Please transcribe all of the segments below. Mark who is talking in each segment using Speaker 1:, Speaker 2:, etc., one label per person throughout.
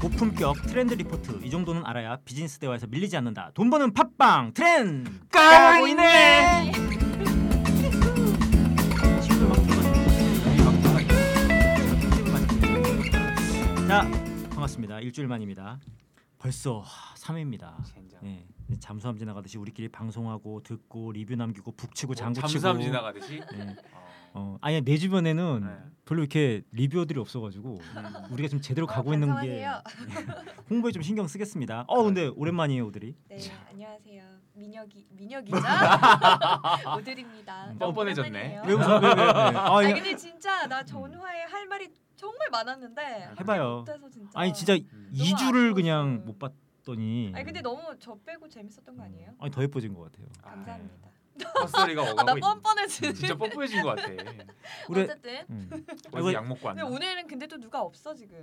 Speaker 1: 고품격 트렌드 리포트 이 정도는 알아야 비즈니스 대화에서 밀리지 않는다. 돈 버는 팟빵 트렌드 까고 있네. 친구들 막 들어가지고 우리 막 들어가지고 자 반갑습니다. 일주일 만입니다. 벌써 3회입니다.
Speaker 2: 젠장.
Speaker 1: 네, 잠수함 지나가듯이 우리끼리 방송하고 듣고 리뷰 남기고 북치고 장구치고
Speaker 2: 뭐 어, 잠수함 지나가듯이.
Speaker 3: 음.
Speaker 1: 네.
Speaker 2: 어.
Speaker 1: 어, 아니 내 주변에는
Speaker 2: 네.
Speaker 1: 별로 이렇게 리뷰어들이 없어가지고
Speaker 2: 아,
Speaker 1: 우리가 지금
Speaker 3: 아,
Speaker 1: 제대로
Speaker 3: 어,
Speaker 1: 가고 있는 게 홍보에 좀 신경 쓰겠습니다.
Speaker 2: 아,
Speaker 1: 어 근데 오랜만이에요 오드리.
Speaker 3: 네 안녕하세요 민혁이 민혁이자 오드리입니다.
Speaker 2: 음. 뻔뻔해졌네.
Speaker 3: 오랜만이에요.
Speaker 1: 왜 웃어? 왜, 왜, 왜. 아,
Speaker 3: 아니
Speaker 1: 이거-
Speaker 3: 근데 진짜 나 전화에 할 말이 정말 많았는데
Speaker 1: 해봐요.
Speaker 3: 못해서 진짜.
Speaker 1: 아니 진짜
Speaker 2: 음.
Speaker 1: 2주를
Speaker 3: 아쉬웠어요.
Speaker 1: 그냥 못 봤더니
Speaker 3: 아니 근데 너무 저 빼고 재밌었던 거 아니에요?
Speaker 1: 아니, 더 예뻐진 것 같아요.
Speaker 2: 아,
Speaker 3: 감사합니다.
Speaker 2: 헛소리가
Speaker 3: 아, 나
Speaker 2: 오가고 있네. 음,
Speaker 3: 뻔뻔해지.
Speaker 2: 진짜 뻔뻔해진 것 같아.
Speaker 1: 우리
Speaker 3: 어쨌든
Speaker 1: 음.
Speaker 2: 어디 약 먹고 왔나?
Speaker 3: 근데 오늘은 근데 또 누가 없어 지금.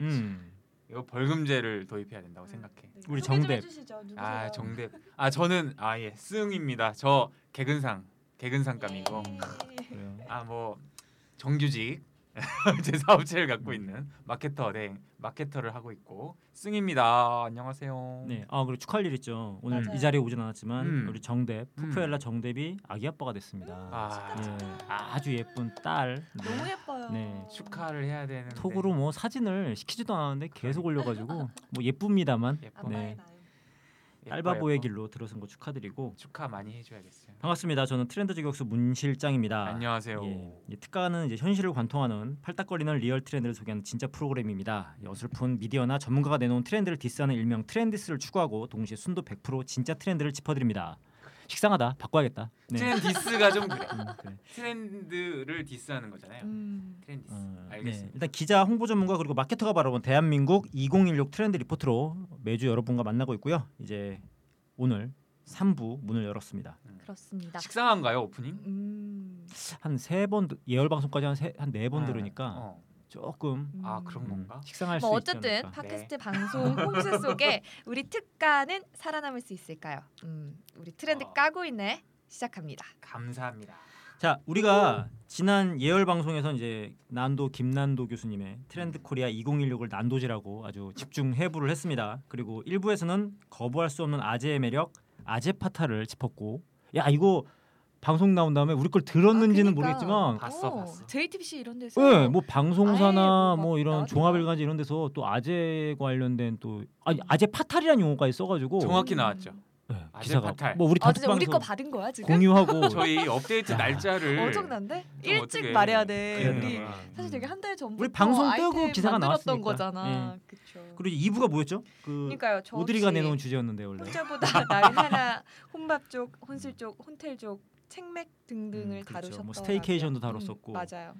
Speaker 1: 음.
Speaker 2: 이거 벌금제를 도입해야 된다고 생각해.
Speaker 3: 네,
Speaker 1: 우리
Speaker 3: 소개 좀
Speaker 1: 정대.
Speaker 3: 해주시죠. 누구세요?
Speaker 2: 아 정대. 아 저는 아예 승입니다. 저 개근상 개근상감이고.
Speaker 3: 예.
Speaker 1: 그래요.
Speaker 2: 아 뭐 정규직 제 사업체를
Speaker 1: 음.
Speaker 2: 갖고 있는 마케터 네 마케터를 하고 있고 승입니다. 안녕하세요.
Speaker 1: 네. 아 그리고 축하할 일 있죠. 오늘
Speaker 3: 맞아요.
Speaker 1: 이 자리에 오진 않았지만
Speaker 2: 음.
Speaker 1: 우리 정대 푸푸엘라 정대비 아기 아빠가 됐습니다.
Speaker 2: 아
Speaker 1: 네. 아주 예쁜 딸. 네.
Speaker 3: 너무 예뻐요.
Speaker 1: 네,
Speaker 2: 축하를 해야 되는데
Speaker 1: 톡으로 뭐 사진을 시키지도 않았는데 계속 올려가지고 뭐 예쁩니다만
Speaker 2: 네. 예뻐.
Speaker 1: 네.
Speaker 3: 아빠의 마음.
Speaker 2: 예뻐,
Speaker 1: 딸바보의
Speaker 2: 예뻐.
Speaker 1: 길로 들어선 거 축하드리고
Speaker 2: 축하 많이 해줘야겠어요.
Speaker 1: 반갑습니다. 저는 트렌드 저격수 문 실장입니다.
Speaker 2: 안녕하세요.
Speaker 1: 아, 예, 이 특가는 이제 현실을 관통하는 팔딱거리는 리얼 트렌드를 소개하는 진짜 프로그램입니다. 이 어설픈 미디어나 전문가가 내놓은 트렌드를 디스하는 일명 트렌디스를 추구하고 동시에 순도 100% 진짜 트렌드를 짚어드립니다. 식상하다. 바꿔야겠다. 네.
Speaker 2: 트렌드 디스가 좀 그래.
Speaker 1: 음, 그래.
Speaker 2: 트렌드를 디스하는 거잖아요.
Speaker 3: 음.
Speaker 2: 트렌드 디스.
Speaker 1: 어, 네.
Speaker 2: 알겠습니다.
Speaker 1: 일단 기자, 홍보 전문가 그리고 마케터가 바라본 대한민국 2016 트렌드 리포트로 매주 여러분과 만나고 있고요. 이제 오늘 3부 문을 열었습니다.
Speaker 3: 그렇습니다.
Speaker 2: 식상한가요 오프닝?
Speaker 3: 음.
Speaker 1: 한 세 번 예열 방송까지 한한네 번
Speaker 2: 아,
Speaker 1: 들으니까
Speaker 2: 어.
Speaker 1: 조금
Speaker 2: 아
Speaker 3: 음.
Speaker 2: 그런 건가?
Speaker 1: 음, 식상할
Speaker 3: 뭐
Speaker 1: 수
Speaker 2: 그러니까.
Speaker 3: 어쨌든
Speaker 1: 있지 않을까.
Speaker 2: 네.
Speaker 3: 팟캐스트 방송 홍수 속에 우리 특가는 살아남을 수 있을까요? 음, 우리 트렌드
Speaker 2: 어.
Speaker 3: 까고 있네. 시작합니다. 아,
Speaker 2: 감사합니다.
Speaker 1: 자, 우리가
Speaker 3: 음.
Speaker 1: 지난 예열 방송에서 이제 난도 김난도 교수님의 트렌드 코리아 2016을 난도지라고 아주 집중 해부를 했습니다. 그리고 1부에서는 거부할 수 없는 아재의 매력, 아재 파타를 짚었고 야, 이거 방송 나온 다음에 우리 걸 들었는지는
Speaker 3: 아, 그러니까.
Speaker 1: 모르겠지만
Speaker 2: 봤어,
Speaker 3: 어,
Speaker 2: 봤어.
Speaker 3: JTBC 이런 데서.
Speaker 1: 예, 뭐 방송사나
Speaker 3: 아예 뭐
Speaker 1: 뭐
Speaker 3: 막
Speaker 1: 이런
Speaker 3: 나왔구나.
Speaker 1: 종합일간지 이런 데서 또 아재 관련된 또 아니 아재 파탈이라는 용어까지 써가지고
Speaker 2: 정확히 나왔죠.
Speaker 1: 예,
Speaker 2: 아재
Speaker 1: 기사가
Speaker 2: 파탈.
Speaker 1: 뭐 우리
Speaker 3: 음. 아 진짜
Speaker 1: 단톡방에서
Speaker 3: 우리 거 받은 거야 지금?
Speaker 1: 공유하고
Speaker 2: 저희 업데이트
Speaker 1: 야.
Speaker 2: 날짜를
Speaker 3: 어정난데?
Speaker 2: 좀
Speaker 3: 일찍
Speaker 2: 어떻게-
Speaker 3: 말해야 돼.
Speaker 2: 그래요.
Speaker 3: 우리
Speaker 2: 음.
Speaker 3: 사실 되게 한 달 전부터
Speaker 1: 우리 방송 뜨고
Speaker 3: 아이템
Speaker 1: 기사가
Speaker 3: 만들었던
Speaker 1: 나왔으니까. 예.
Speaker 3: 거잖아. 그쵸.
Speaker 1: 그리고 2부가 뭐였죠? 그
Speaker 3: 그러니까요. 저
Speaker 1: 오드리가
Speaker 3: 혹시
Speaker 1: 내놓은 주제였는데 원래
Speaker 3: 혼자보다 나를 하나 혼밥 쪽, 혼술 쪽, 혼텔 쪽, 책맥 등등을
Speaker 1: 음, 그렇죠.
Speaker 3: 다루셨던
Speaker 1: 뭐 스테이케이션도 다뤘었고.
Speaker 3: 맞아요.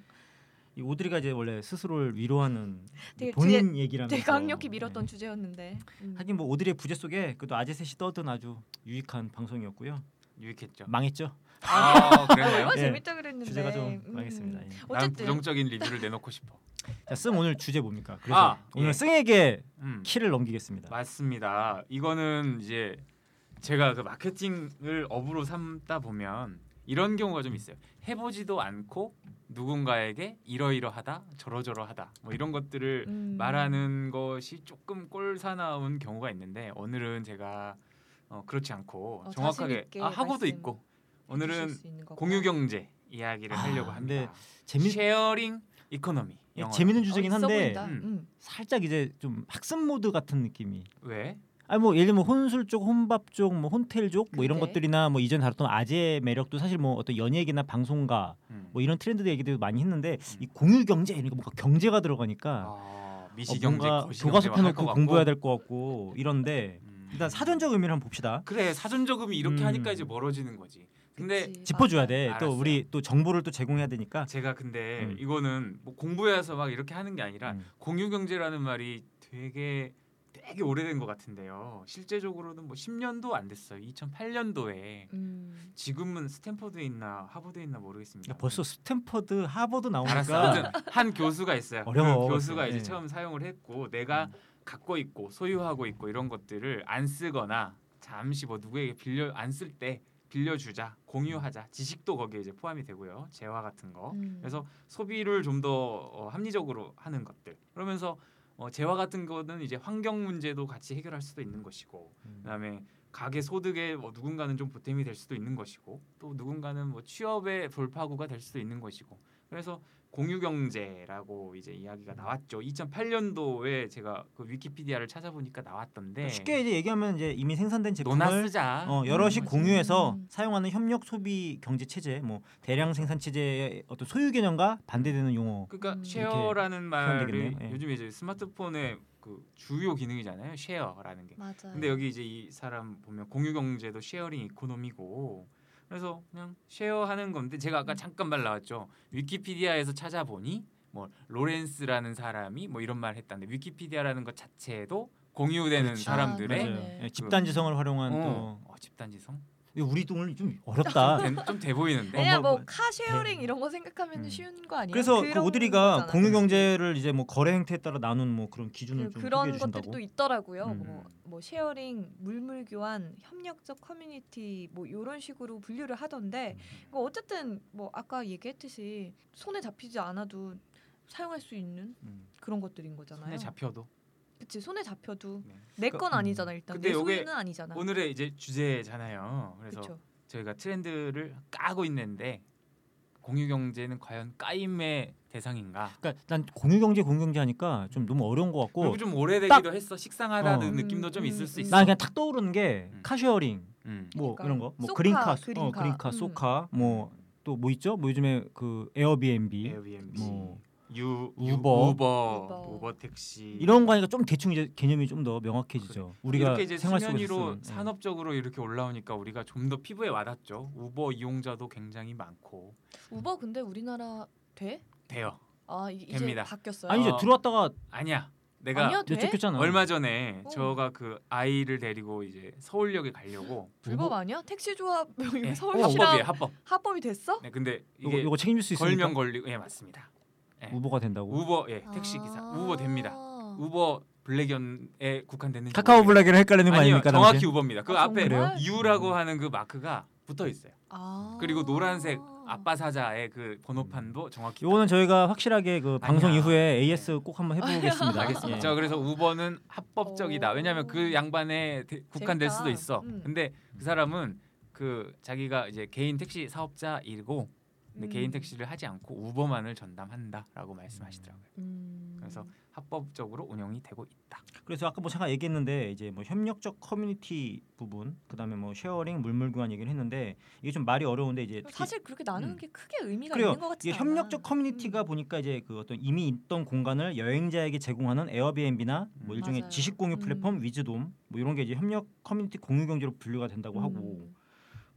Speaker 1: 이 오드리가 이제 원래 스스로를 위로하는
Speaker 3: 되게
Speaker 1: 본인 얘기라면서
Speaker 3: 되게 강력히 밀었던
Speaker 1: 네.
Speaker 3: 주제였는데. 음.
Speaker 1: 하긴 뭐 오드리의 부재 속에 그래도 아재셋이 떠든 아주 유익한 방송이었고요. 음.
Speaker 2: 유익했죠.
Speaker 1: 망했죠.
Speaker 2: 아 그랬나요?
Speaker 3: 얼마나
Speaker 1: 예.
Speaker 3: 재밌다 그랬는데.
Speaker 1: 주제가 좀
Speaker 3: 음.
Speaker 1: 망했습니다. 예.
Speaker 2: 난
Speaker 3: 어쨌든
Speaker 2: 부정적인 리뷰를 내놓고 싶어.
Speaker 1: 자, 씀 오늘 주제 뭡니까? 그래서
Speaker 2: 아,
Speaker 1: 오늘
Speaker 2: 예.
Speaker 1: 승에게
Speaker 2: 음.
Speaker 1: 키를 넘기겠습니다.
Speaker 2: 맞습니다. 이거는 이제 제가 그 마케팅을 업으로 삼다 보면 이런 경우가 좀 있어요. 해보지도 않고 누군가에게 이러이러하다, 저러저러하다 뭐 이런 것들을
Speaker 3: 음.
Speaker 2: 말하는 것이 조금 꼴사나운 경우가 있는데 오늘은 제가 어, 그렇지 않고
Speaker 3: 어, 자신
Speaker 2: 정확하게
Speaker 3: 있게
Speaker 2: 아, 하고도
Speaker 3: 말씀
Speaker 2: 있고 오늘은
Speaker 3: 해주실 수 있는 거고.
Speaker 1: 어,
Speaker 2: 공유경제 이야기를
Speaker 1: 아,
Speaker 2: 하려고
Speaker 1: 근데
Speaker 2: 합니다.
Speaker 1: 재미
Speaker 2: 쉐어링 이코노미.
Speaker 1: 예,
Speaker 2: 영어로.
Speaker 1: 재밌는
Speaker 3: 어,
Speaker 1: 주제긴
Speaker 3: 있어
Speaker 1: 한데
Speaker 3: 보인다.
Speaker 2: 음.
Speaker 3: 음.
Speaker 1: 살짝 이제 좀 학습 모드 같은 느낌이.
Speaker 2: 왜?
Speaker 1: 아니 뭐 예를 들면 혼술 쪽, 혼밥 쪽, 뭐 혼텔 쪽 뭐 이런
Speaker 3: 근데?
Speaker 1: 것들이나 뭐 이전 다뤘던 아재 매력도 사실 뭐 어떤 연예계나 방송가
Speaker 2: 음.
Speaker 1: 뭐 이런 트렌드 얘기도 많이 했는데 이 공유 경제 이런 거 뭔가 경제가 들어가니까
Speaker 2: 아,
Speaker 1: 어,
Speaker 2: 미시 경제
Speaker 1: 뭔가 교과서 펴놓고 공부해야 될 것 같고 이런데 일단 사전적 의미를 한번 봅시다.
Speaker 2: 음. 그래 사전적금이 이렇게
Speaker 1: 음.
Speaker 2: 하니까 이제 멀어지는 거지. 근데
Speaker 3: 그치.
Speaker 1: 짚어줘야
Speaker 3: 맞아.
Speaker 1: 돼.
Speaker 2: 알았어요.
Speaker 1: 또 우리 또 정보를 또 제공해야 되니까.
Speaker 2: 제가 근데
Speaker 1: 음.
Speaker 2: 이거는 뭐 공부해서 막 이렇게 하는 게 아니라
Speaker 1: 음.
Speaker 2: 공유 경제라는 말이 되게 되게 오래된 것 같은데요. 실제적으로는 뭐 10년도 안 됐어요. 2008년도에
Speaker 3: 음.
Speaker 2: 지금은 스탠퍼드에 있나 하버드에 있나 모르겠습니다.
Speaker 1: 야, 그러니까 벌써 스탠퍼드, 하버드
Speaker 2: 알았어.
Speaker 1: 나오니까
Speaker 2: 아무튼 한 교수가 있어요.
Speaker 1: 어려워.
Speaker 2: 그 교수가
Speaker 1: 예. 음.
Speaker 2: 이제 처음 사용을 했고 내가 갖고 있고 소유하고 있고 이런 것들을 안 쓰거나 잠시 뭐 누구에게 빌려 안 쓸 때 빌려주자,
Speaker 1: 음.
Speaker 2: 공유하자. 지식도 거기에 이제 포함이 되고요. 재화 같은 거.
Speaker 3: 음.
Speaker 2: 어, 그래서 소비를 좀 더 합리적으로 하는 것들. 그러면서 어, 재화 같은 거는 이제 환경 문제도 같이 해결할 수도 있는 것이고 그다음에 가계 소득에 뭐 누군가는 좀 보탬이 될 수도 있는 것이고 또 누군가는 뭐 취업의 돌파구가 될 수도 있는 것이고 그래서 공유 경제라고 이제 이야기가 나왔죠. 2008년도에 제가 그 위키피디아를 찾아보니까 나왔던데
Speaker 1: 쉽게 이제 얘기하면 이제 이미 생산된
Speaker 2: 논아
Speaker 1: 제품을
Speaker 2: 쓰자. 음.
Speaker 1: 어, 여럿이
Speaker 3: 맞아요.
Speaker 1: 공유해서
Speaker 3: 음.
Speaker 1: 사용하는 협력 소비 경제 체제, 뭐 대량 생산 체제의 어떤 소유 개념과 반대되는 용어.
Speaker 2: 그러니까
Speaker 3: 음.
Speaker 2: 쉐어라는 말이
Speaker 1: 되겠네요. 예.
Speaker 2: 요즘 이제 스마트폰의 그 주요 기능이잖아요. 쉐어라는 게.
Speaker 3: 맞아요.
Speaker 2: 근데 여기 이제 이 사람 보면 공유 경제도 쉐어링 이코노미고 그래서 그냥 쉐어하는 건데 제가
Speaker 3: 음.
Speaker 2: 아까 잠깐 말 나왔죠 위키피디아에서 찾아보니 뭐 로렌스라는 사람이 뭐 이런 말 했다는데 위키피디아라는 것 자체도 공유되는
Speaker 1: 그렇죠.
Speaker 2: 사람들의
Speaker 3: 아,
Speaker 1: 맞아요.
Speaker 3: 네.
Speaker 1: 예, 집단지성을 활용한
Speaker 2: 어, 어, 집단지성
Speaker 1: 또 우리 동을 좀
Speaker 3: 아,
Speaker 1: 어렵다.
Speaker 2: 좀돼 보이는데
Speaker 3: 왜냐
Speaker 1: 뭐,
Speaker 3: 뭐 카쉐어링 이런 거 생각하면
Speaker 2: 음.
Speaker 3: 쉬운 거 아니에요?
Speaker 1: 그래서 그
Speaker 3: 그런
Speaker 1: 오드리가
Speaker 3: 거잖아요.
Speaker 1: 공유 경제를 이제 뭐 거래 행태에 따라 나눈 뭐 그런 기준을
Speaker 2: 음,
Speaker 1: 좀
Speaker 3: 그,
Speaker 1: 소개해
Speaker 3: 그런 것들이
Speaker 1: 주신다고.
Speaker 3: 또 있더라고요.
Speaker 1: 음.
Speaker 3: 뭐, 뭐 쉐어링, 물물 교환, 협력적 커뮤니티 뭐 이런 식으로 분류를 하던데 그 어쨌든 뭐 아까 얘기했듯이 손에 잡히지 않아도 사용할 수 있는
Speaker 1: 음.
Speaker 3: 그런 것들인 거잖아요.
Speaker 2: 손에 잡혀도
Speaker 3: 그치 손에 잡혀도
Speaker 2: 네.
Speaker 3: 내 건
Speaker 1: 음.
Speaker 3: 아니잖아 일단
Speaker 2: 근데
Speaker 3: 내
Speaker 2: 요게
Speaker 3: 소유는 아니잖아.
Speaker 2: 오늘의 이제 주제잖아요 그래서
Speaker 3: 그렇죠.
Speaker 2: 저희가 트렌드를 까고 있는데 공유 경제는 과연 까임의 대상인가
Speaker 1: 그러니까 난 공유 경제 공유 경제 하니까 좀 너무 어려운 것 같고
Speaker 2: 그리고 좀 오래되기도
Speaker 1: 딱-
Speaker 2: 했어 식상하다는
Speaker 1: 어.
Speaker 2: 느낌도 좀
Speaker 3: 음,
Speaker 2: 있을 수
Speaker 3: 음,
Speaker 2: 있어
Speaker 1: 난 그냥 탁 떠오르는 게
Speaker 2: 음.
Speaker 1: 카쉐어링
Speaker 2: 음.
Speaker 1: 뭐
Speaker 3: 그러니까.
Speaker 1: 이런 거, 뭐
Speaker 3: 소카,
Speaker 1: 그린카, 어,
Speaker 3: 그린카.
Speaker 1: 그린카,
Speaker 3: 음.
Speaker 1: 소카, 뭐 또 뭐
Speaker 2: 음.
Speaker 1: 있죠? 뭐 요즘에 그 에어비앤비
Speaker 2: 에어비앤비
Speaker 1: 뭐
Speaker 2: 유
Speaker 1: 우버.
Speaker 2: 우버 우버,
Speaker 3: 우버.
Speaker 2: 택시
Speaker 1: 이런 거 하니까 좀 대충 이제 개념이 좀 더 명확해지죠. 우리가
Speaker 2: 그 이렇게 이제
Speaker 1: 생활 속에서
Speaker 2: 수면위로
Speaker 1: 쓰는, 예.
Speaker 2: 산업적으로 이렇게 올라오니까 우리가 좀 더 피부에 와닿죠 우버 이용자도 굉장히 많고
Speaker 3: 우버 근데 우리나라 돼?
Speaker 2: 돼요
Speaker 3: 아 이- 이제
Speaker 2: 됩니다.
Speaker 3: 바뀌었어요.
Speaker 1: 아니죠
Speaker 2: 어.
Speaker 1: 들어왔다가
Speaker 2: 아니야 내가
Speaker 3: 아니야? 돼?
Speaker 1: 내쫓겼잖아.
Speaker 2: 얼마 전에
Speaker 3: 어.
Speaker 2: 저가 그 아이를 데리고 이제 서울역에 가려고
Speaker 3: 불법 아니야? 택시 조합
Speaker 2: 예,
Speaker 3: 서울시랑
Speaker 2: 합법이에요 합법
Speaker 3: 합법이 됐어?
Speaker 2: 네, 근데
Speaker 1: 요거,
Speaker 2: 이게
Speaker 1: 요거 책임질 수 있으니까
Speaker 2: 걸면 걸리고 예 맞습니다 네.
Speaker 1: 우버가 된다고.
Speaker 2: 우버 예 택시 기사
Speaker 3: 아.
Speaker 2: 우버 됩니다 어. 우버 블랙연에 국한되는
Speaker 1: 카카오 블랙이랑 헷갈리는 거
Speaker 2: 아니요
Speaker 1: 아닙니까?
Speaker 2: 정확히
Speaker 1: 당신?
Speaker 2: 우버입니다. 그
Speaker 3: 아,
Speaker 2: 앞에
Speaker 3: 정말?
Speaker 2: U라고 하는 그 마크가 붙어 있어요.
Speaker 3: 아.
Speaker 2: 그리고 노란색 아빠 사자의 그 번호판도 정확히
Speaker 1: 요거는 저희가 확실하게 그 방송
Speaker 2: 아니야.
Speaker 1: 이후에 AS 꼭 한번 해보겠습니다.
Speaker 2: 알겠습니다.
Speaker 1: 예.
Speaker 2: 저 그래서 우버는 합법적이다.
Speaker 3: 오.
Speaker 2: 왜냐하면 그 양반에 대- 국한될
Speaker 3: 어. 재밌다.
Speaker 2: 수도 있어.
Speaker 3: 음.
Speaker 2: 근데 그 사람은 그 자기가 이제 개인 택시 사업자이고 근데
Speaker 3: 음.
Speaker 2: 네, 개인 택시를 하지 않고 우버만을 전담한다라고 말씀하시더라고요.
Speaker 3: 음.
Speaker 2: 그래서 합법적으로 운영이 되고 있다.
Speaker 1: 그래서 아까 뭐 잠깐 얘기했는데 이제 뭐 협력적 커뮤니티 부분 그다음에 뭐 쉐어링 물물 교환 얘기를 했는데 이게 좀 말이 어려운데 이제 특히
Speaker 3: 사실 그렇게 나누는
Speaker 2: 음.
Speaker 3: 게 크게 의미가 음.
Speaker 1: 그래요.
Speaker 3: 있는 것 같지
Speaker 1: 이게
Speaker 3: 않아.
Speaker 1: 협력적 커뮤니티가 보니까 이제 그 어떤 이미 있던 공간을 여행자에게 제공하는 에어비앤비나 뭐
Speaker 2: 음.
Speaker 1: 일종의
Speaker 3: 맞아요.
Speaker 1: 지식 공유 플랫폼
Speaker 3: 음.
Speaker 1: 위즈돔 뭐 이런 게 이제 협력 커뮤니티 공유 경제로 분류가 된다고
Speaker 3: 음.
Speaker 1: 하고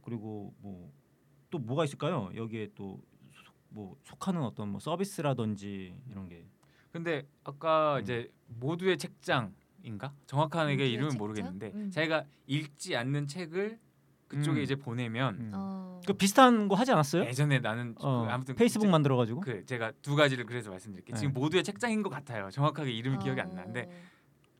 Speaker 1: 그리고 뭐 또 뭐가 있을까요? 여기에 또 뭐 속하는 어떤 뭐 서비스라든지 이런 게
Speaker 2: 근데 아까
Speaker 1: 음.
Speaker 2: 이제 모두의 책장인가 정확하게
Speaker 3: 모두의
Speaker 2: 이름은
Speaker 3: 책장?
Speaker 2: 모르겠는데
Speaker 3: 음.
Speaker 2: 자기가 읽지 않는 책을 그쪽에
Speaker 1: 음.
Speaker 2: 이제 보내면 네?
Speaker 3: 어.
Speaker 1: 그 비슷한 거 하지 않았어요?
Speaker 2: 예전에 나는
Speaker 1: 어,
Speaker 2: 그 아무튼
Speaker 1: 페이스북
Speaker 2: 그,
Speaker 1: 만들어 가지고
Speaker 2: 그 제가 두 가지를 그래서 말씀드릴게요. 지금
Speaker 1: 네.
Speaker 2: 모두의 책장인 것 같아요. 정확하게 이름이 기억이 안 나는데
Speaker 3: 어.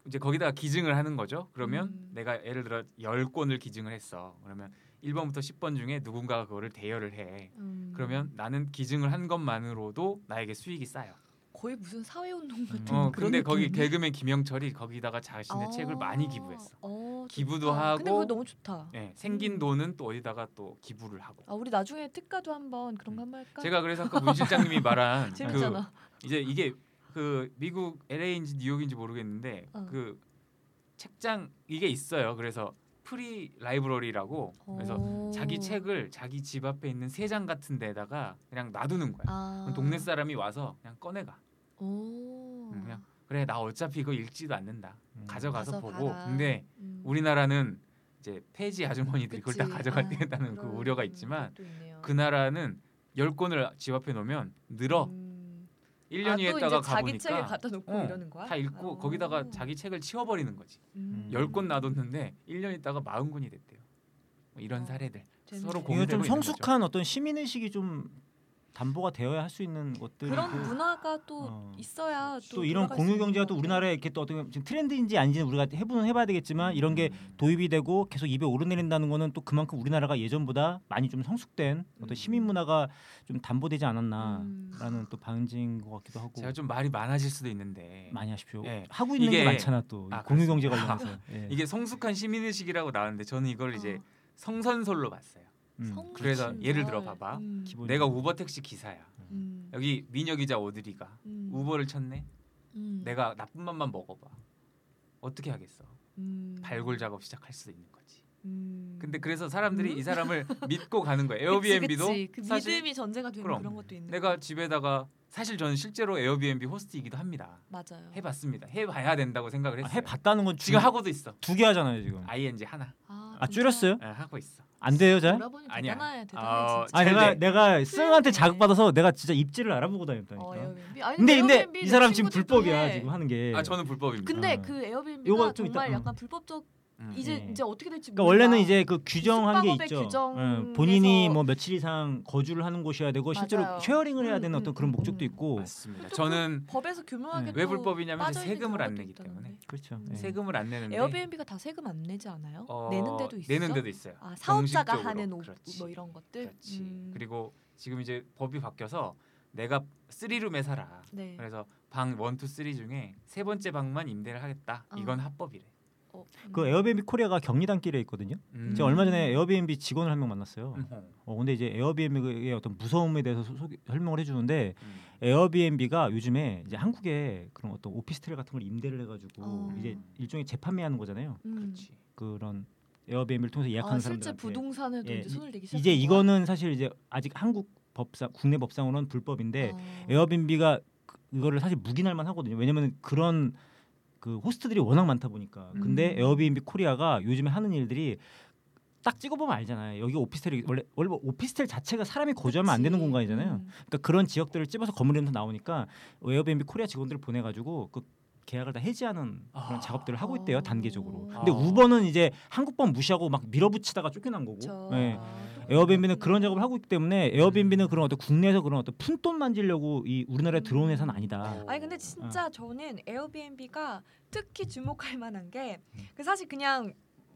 Speaker 2: 이제 거기다가 기증을 하는 거죠. 그러면
Speaker 3: 음.
Speaker 2: 내가 예를 들어 열 권을 기증을 했어. 그러면 1번부터 10번 중에 누군가가 그거를 대여를 해.
Speaker 3: 음.
Speaker 2: 그러면 나는 기증을 한 것만으로도 나에게 수익이 쌓여.
Speaker 3: 거의 무슨 사회운동 같은
Speaker 2: 어,
Speaker 3: 음, 그런
Speaker 2: 근데 거기
Speaker 3: 느낌이네.
Speaker 2: 개그맨 김영철이 거기다가 자신의
Speaker 3: 아.
Speaker 2: 책을 많이 기부했어.
Speaker 3: 어,
Speaker 2: 기부도
Speaker 3: 좋다. 근데
Speaker 2: 하고
Speaker 3: 그거 너무 좋다.
Speaker 2: 예, 생긴
Speaker 3: 음.
Speaker 2: 돈은 또 어디다가 또 기부를 하고.
Speaker 3: 아 우리 나중에 특가도 한번 그런 거 한번 할까?
Speaker 2: 음. 제가 그래서 아까 문 실장님이 말한 그
Speaker 3: 재밌잖아.
Speaker 2: 이제 이게 그 미국 LA인지 뉴욕인지 모르겠는데
Speaker 3: 어.
Speaker 2: 그 책장 이게 있어요. 그래서 프리 라이브러리라고 어. 그래서
Speaker 3: 오.
Speaker 2: 자기 책을 자기 집 앞에 있는 세장 같은 데다가 그냥 놔두는 거야.
Speaker 3: 아.
Speaker 2: 그럼 동네 사람이 와서 그냥 꺼내가.
Speaker 3: 오.
Speaker 2: 음, 그냥 그래 나 어차피 이거 읽지도 않는다.
Speaker 1: 음.
Speaker 2: 가져가서
Speaker 3: 가서
Speaker 2: 보고.
Speaker 3: 봐라.
Speaker 2: 근데
Speaker 3: 음.
Speaker 2: 우리나라는 이제 폐지 아주머니들이 그걸 다
Speaker 3: 그치.
Speaker 2: 가져갔다는
Speaker 3: 아,
Speaker 2: 그
Speaker 3: 그런
Speaker 2: 우려가 있지만
Speaker 3: 것도 있네요.
Speaker 2: 그 나라는 열 권을 집 앞에 놓으면 늘어.
Speaker 3: 음.
Speaker 2: 일
Speaker 3: 아, 또
Speaker 2: 1년 뒤에
Speaker 3: 이제
Speaker 2: 있다가
Speaker 3: 자기 책을
Speaker 2: 가보니까
Speaker 3: 갖다 놓고
Speaker 2: 어,
Speaker 3: 이러는 거야?
Speaker 2: 다 읽고
Speaker 3: 아.
Speaker 2: 거기다가 자기 책을 치워버리는 거지.
Speaker 3: 음.
Speaker 2: 열 권 놔뒀는데 1년 있다가 마흔 권이 됐대요. 뭐 이런
Speaker 3: 어,
Speaker 2: 사례들.
Speaker 3: 재밌네.
Speaker 2: 서로
Speaker 1: 이거
Speaker 2: 공유-
Speaker 1: 좀
Speaker 2: 공유되고 있는
Speaker 1: 성숙한 어떤 시민 의식이 좀 담보가 되어야 할 수 있는 것들이
Speaker 3: 그런
Speaker 1: 그-
Speaker 3: 문화가 또
Speaker 1: 어.
Speaker 3: 있어야 또,
Speaker 1: 또 이런
Speaker 3: 돌아갈
Speaker 1: 공유
Speaker 3: 수 있는
Speaker 1: 경제가 또
Speaker 3: 거고.
Speaker 1: 우리나라에 이렇게 또 어떻게 보면 지금 트렌드인지 아닌지는 우리가 해보는 해봐야
Speaker 2: 음.
Speaker 1: 되겠지만 이런 게 도입이 되고 계속 입에 오르내린다는 거는 또 그만큼 우리나라가 예전보다 많이 좀 성숙된
Speaker 3: 음.
Speaker 1: 어떤 시민 문화가 좀 담보되지 않았나라는
Speaker 3: 음.
Speaker 1: 또 방증인 것 같기도 하고
Speaker 2: 제가 좀 말이 많아질 수도 있는데
Speaker 1: 많이 하십시오.
Speaker 2: 예.
Speaker 1: 하고 있는
Speaker 2: 이게-
Speaker 1: 게 많잖아 또이
Speaker 2: 아,
Speaker 1: 공유 경제
Speaker 2: 그렇습니다.
Speaker 1: 관련해서 예.
Speaker 2: 이게 성숙한 시민 의식이라고 나왔는데 저는 이걸 이제
Speaker 3: 아.
Speaker 2: 성선설로 봤어요.
Speaker 1: 음,
Speaker 3: 성-
Speaker 2: 그래서
Speaker 3: 진짜.
Speaker 2: 예를 들어 봐봐.
Speaker 3: 음.
Speaker 1: 기본-
Speaker 2: 내가 우버 택시 기사야.
Speaker 3: 음.
Speaker 2: 여기 민혁 기자 오드리가
Speaker 3: 음.
Speaker 2: 우버를 쳤네.
Speaker 3: 음.
Speaker 2: 내가 나쁜 맛만 먹어봐. 어떻게 하겠어?
Speaker 3: 음.
Speaker 2: 발굴 작업 시작할 수도 있는 거지.
Speaker 3: 음.
Speaker 2: 근데 그래서 사람들이
Speaker 3: 음?
Speaker 2: 이 사람을 믿고 가는 거예요.
Speaker 3: 그치,
Speaker 2: 에어비앤비도
Speaker 3: 그치. 그
Speaker 2: 사실
Speaker 3: 믿음이 전제가 되는
Speaker 2: 그럼.
Speaker 3: 그런 것도 있는
Speaker 2: 내가
Speaker 3: 거고.
Speaker 2: 집에다가 사실 저는 실제로 에어비앤비 호스트이기도 합니다.
Speaker 3: 맞아요.
Speaker 2: 해봤습니다. 해봐야 된다고 생각을
Speaker 1: 아,
Speaker 2: 했어요. 음.
Speaker 1: 해봤다는 건
Speaker 2: 지금
Speaker 1: 지금
Speaker 2: 하고도 있어.
Speaker 1: 두개 하잖아요 지금.
Speaker 2: ing 하나
Speaker 3: 아,
Speaker 1: 아
Speaker 3: 진짜
Speaker 1: 줄였어요?
Speaker 2: 예, 하고 있어.
Speaker 1: 안 돼요 잘?
Speaker 3: 돌아보니
Speaker 2: 아니야.
Speaker 3: 대단해
Speaker 2: 어,
Speaker 3: 대단해 진짜.
Speaker 1: 아 내가
Speaker 2: 잘 돼.
Speaker 1: 내가 쌩한테
Speaker 3: 훌륭해.
Speaker 1: 자극받아서 내가 진짜 입지를 알아보고
Speaker 3: 음. 어,
Speaker 1: 다녔다니까.
Speaker 3: 에어비앤비. 아니,
Speaker 1: 근데 근데
Speaker 3: 에어비앤비
Speaker 1: 이 사람 지금
Speaker 3: 친구들도
Speaker 1: 불법이야
Speaker 3: 해.
Speaker 1: 지금 하는 게.
Speaker 2: 아 저는 불법입니다.
Speaker 3: 근데
Speaker 1: 아.
Speaker 3: 그 에어비앤비가
Speaker 1: 요거 좀 이따-
Speaker 3: 정말
Speaker 1: 음.
Speaker 3: 약간 불법적
Speaker 2: 음.
Speaker 3: 이제
Speaker 1: 예.
Speaker 3: 이제 어떻게 될지
Speaker 1: 그러니까
Speaker 3: 몰라.
Speaker 1: 원래는 이제 그 규정한 게
Speaker 3: 숙박업의
Speaker 1: 있죠.
Speaker 3: 규정에서-
Speaker 1: 예, 본인이 뭐 며칠 이상 거주를 하는 곳이어야 되고
Speaker 3: 맞아요.
Speaker 1: 실제로 쉐어링을 해야 되는
Speaker 3: 음,
Speaker 1: 어떤
Speaker 3: 음,
Speaker 1: 그런
Speaker 3: 음,
Speaker 1: 목적도
Speaker 3: 음.
Speaker 1: 있고.
Speaker 2: 맞습니다.
Speaker 3: 또
Speaker 2: 저는
Speaker 3: 법에서 교묘하게
Speaker 1: 네.
Speaker 3: 또
Speaker 2: 왜 불법이냐면 이제
Speaker 3: 빠져있는
Speaker 2: 세금을 안
Speaker 3: 경우도
Speaker 2: 내기
Speaker 3: 있다는데.
Speaker 2: 때문에
Speaker 1: 그렇죠.
Speaker 3: 음.
Speaker 1: 예.
Speaker 2: 세금을 안 내는데
Speaker 3: 에어비앤비가 다 세금 안 내지 않아요?
Speaker 2: 어,
Speaker 3: 내는 데도 있어.
Speaker 2: 내는 데도 있어요.
Speaker 3: 아 사업자가
Speaker 2: 정식적으로.
Speaker 3: 하는 옷,
Speaker 2: 그렇지.
Speaker 3: 뭐 이런 것들.
Speaker 2: 그렇지.
Speaker 3: 음.
Speaker 2: 그리고 지금 이제 법이 바뀌어서 내가 쓰리룸에 살아.
Speaker 3: 네.
Speaker 2: 그래서 방 원, 투, 쓰리 중에 세 번째 방만 임대를 하겠다.
Speaker 3: 어.
Speaker 2: 이건 합법이래.
Speaker 3: 어, 음.
Speaker 1: 그 에어비앤비 코리아가 경리단길에 있거든요.
Speaker 2: 음.
Speaker 1: 제가 얼마 전에 에어비앤비 직원을 한 명 만났어요.
Speaker 2: 음. 음.
Speaker 1: 어, 근데 이제 에어비앤비의 어떤 무서움에 대해서 소, 개 설명을 해주는데
Speaker 2: 음.
Speaker 1: 에어비앤비가 요즘에 이제 한국에 그런 어떤 오피스텔 같은 걸 임대를 해가지고
Speaker 3: 어.
Speaker 1: 이제 일종의 재판매하는 거잖아요.
Speaker 3: 음.
Speaker 2: 그렇지.
Speaker 1: 그런 에어비앤비를 통해서 예약하는
Speaker 3: 아, 실제
Speaker 1: 사람들.
Speaker 3: 부동산에도
Speaker 1: 예,
Speaker 3: 이제 손을 대기 시작.
Speaker 1: 이제 이거는 사실 이제 아직 한국 법상 국내 법상으로는
Speaker 3: 어.
Speaker 1: 불법인데 예, 에어비앤비가 그- 이거를 사실 묵인할만 하거든요. 왜냐면 그런 그 호스트들이 워낙 많다 보니까. 근데
Speaker 3: 음.
Speaker 1: 에어비앤비 코리아가 요즘에 하는 일들이 딱 찍어보면 알잖아요. 여기 오피스텔이 원래 원래 뭐 오피스텔 자체가 사람이 거주하면 안 되는
Speaker 3: 음.
Speaker 1: 공간이잖아요. 그러니까 그런 지역들을 찝어서 건물에서 나오니까 에어비앤비 코리아 직원들을 보내가지고 그 계약을 다 해지하는 그런
Speaker 2: 아.
Speaker 1: 작업들을 하고 있대요
Speaker 3: 어.
Speaker 1: 단계적으로. 근데
Speaker 2: 아.
Speaker 1: 우버는 이제 한국법 무시하고 막 밀어붙이다가 쫓겨난 거고.
Speaker 3: 그렇죠.
Speaker 1: 예.
Speaker 3: 아,
Speaker 1: 에어비앤비는
Speaker 3: 그렇구나.
Speaker 1: 그런 작업을 하고 있기 때문에 에어비앤비는 그런 어떤 국내에서 그런 어떤 푼돈 만지려고 이
Speaker 3: 음.
Speaker 1: 우리나라에 들어온 회사는 아니다.
Speaker 3: 아니 근데 진짜 저는 에어비앤비가 특히 주목할 만한 게 그 사실 그냥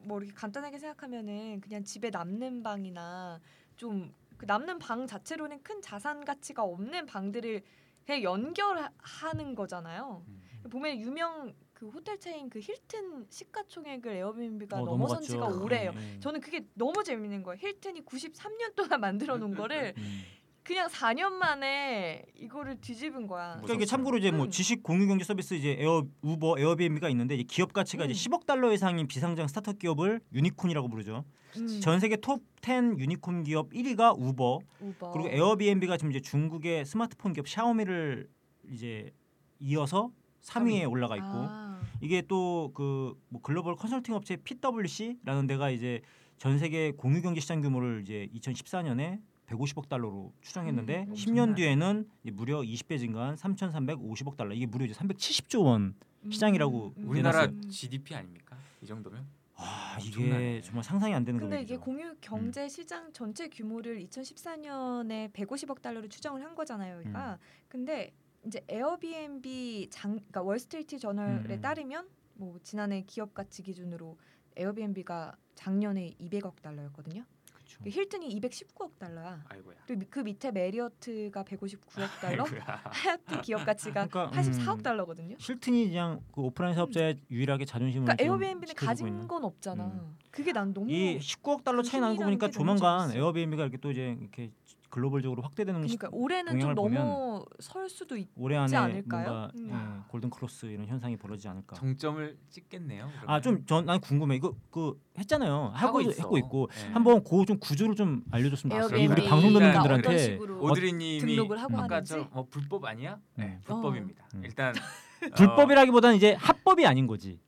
Speaker 3: 뭐 이렇게 간단하게 생각하면은 그냥 집에 남는 방이나 좀 그 남는 방 자체로는 큰 자산 가치가 없는 방들을 그냥 연결하는 거잖아요.
Speaker 2: 음.
Speaker 3: 보면 유명 그 호텔 체인 그 힐튼 시가총액을 에어비앤비가
Speaker 1: 어,
Speaker 3: 그러니까 넘어선
Speaker 1: 넘어갔죠.
Speaker 3: 지가 오래예요.
Speaker 1: 예, 예.
Speaker 3: 저는 그게 너무 재밌는 거예요. 힐튼이 93년 동안 만들어 놓은 거를
Speaker 1: 음.
Speaker 3: 그냥 4년 만에 이거를 뒤집은 거야.
Speaker 1: 그러니까 이게 참고로 이제 뭐
Speaker 3: 음.
Speaker 1: 지식 공유 경제 서비스 이제 에어 우버 에어비앤비가 있는데 이제 기업 가치가
Speaker 3: 음.
Speaker 1: 이제 10억 달러 이상인 비상장 스타트업 기업을 유니콘이라고 부르죠.
Speaker 3: 음,
Speaker 1: 전 세계 톱 10 유니콘 기업 1위가 우버,
Speaker 3: 우버.
Speaker 1: 그리고 에어비앤비가 지금 이제 중국의 스마트폰 기업 샤오미를 이제 이어서 3위에 올라가 있고
Speaker 3: 아,
Speaker 1: 이게 또 그 글로벌 컨설팅 업체 PwC라는 데가 이제 전 세계 공유 경제 시장 규모를 이제 2014년에 150억 달러로 추정했는데
Speaker 3: 음,
Speaker 1: 10년
Speaker 2: 엄청나요.
Speaker 1: 뒤에는 이제 무려 20배 증가한 3,350억 달러 이게 무려 이제 370조 원.
Speaker 3: 음,
Speaker 1: 시장이라고
Speaker 3: 음.
Speaker 2: 우리나라
Speaker 3: 음.
Speaker 2: GDP 아닙니까? 이 정도면?
Speaker 1: 와 이게
Speaker 2: 엄청나네.
Speaker 1: 정말 상상이 안 되는
Speaker 3: 근데 이게
Speaker 1: 금액이죠.
Speaker 3: 공유
Speaker 1: 음.
Speaker 3: 경제 시장 전체 규모를 2014년에 150억 달러로 추정을 한 거잖아요,
Speaker 1: 음.
Speaker 3: 여기가. 근데 이제 에어비앤비 장 그러니까 월스트리트 저널에
Speaker 1: 음.
Speaker 3: 따르면 뭐 지난해 기업 가치 기준으로 에어비앤비가 작년에 200억 달러였거든요.
Speaker 1: 그쵸.
Speaker 3: 그 힐튼이 219억 달러야.
Speaker 2: 아이고야.
Speaker 3: 그리고 그 밑에 메리어트가 159억 달러,
Speaker 2: 아이고야.
Speaker 3: 하얏트 기업 가치가
Speaker 1: 그러니까, 음.
Speaker 3: 84억 달러거든요.
Speaker 1: 실튼이 그냥 그 오프라인 사업자의 유일하게 자존심을
Speaker 3: 음. 그러니까
Speaker 1: 좀
Speaker 3: 에어비앤비는
Speaker 1: 지켜주고
Speaker 3: 가진
Speaker 1: 있는.
Speaker 3: 건 없잖아.
Speaker 1: 음.
Speaker 3: 그게 난 너무
Speaker 1: 이 19억 달러 차이 나는 거 보니까
Speaker 3: 당신이라는 게 너무
Speaker 1: 조만간
Speaker 3: 재밌어.
Speaker 1: 에어비앤비가 이렇게 또 이제 이렇게 글로벌적으로 확대되는
Speaker 3: 그러니까
Speaker 1: 시-
Speaker 3: 올해는
Speaker 1: 동향을
Speaker 3: 좀 너무 설 수도 있.
Speaker 1: 올해 안에
Speaker 3: 않을까요?
Speaker 1: 뭔가
Speaker 3: 음.
Speaker 1: 예, 골든 크로스 이런 현상이 벌어지지 않을까.
Speaker 2: 정점을 찍겠네요.
Speaker 1: 아 좀 전 난 궁금해 이거 그 했잖아요 하고
Speaker 2: 있어.
Speaker 1: 했고 있고
Speaker 2: 네.
Speaker 1: 한번 그 좀 구조를 좀 알려줬으면 좋겠어요
Speaker 2: 에어비앤비
Speaker 1: 우리 방송 듣는
Speaker 2: 그러니까
Speaker 3: 어떤
Speaker 1: 분들한테
Speaker 3: 식으로
Speaker 2: 오드리님이
Speaker 3: 등록을 하고
Speaker 2: 아까처럼
Speaker 3: 하는지? 그러니까
Speaker 2: 어, 불법 아니야?
Speaker 1: 네.
Speaker 2: 불법입니다.
Speaker 1: 음.
Speaker 2: 일단
Speaker 3: 어.
Speaker 1: 불법이라기보다는 이제 합법이 아닌 거지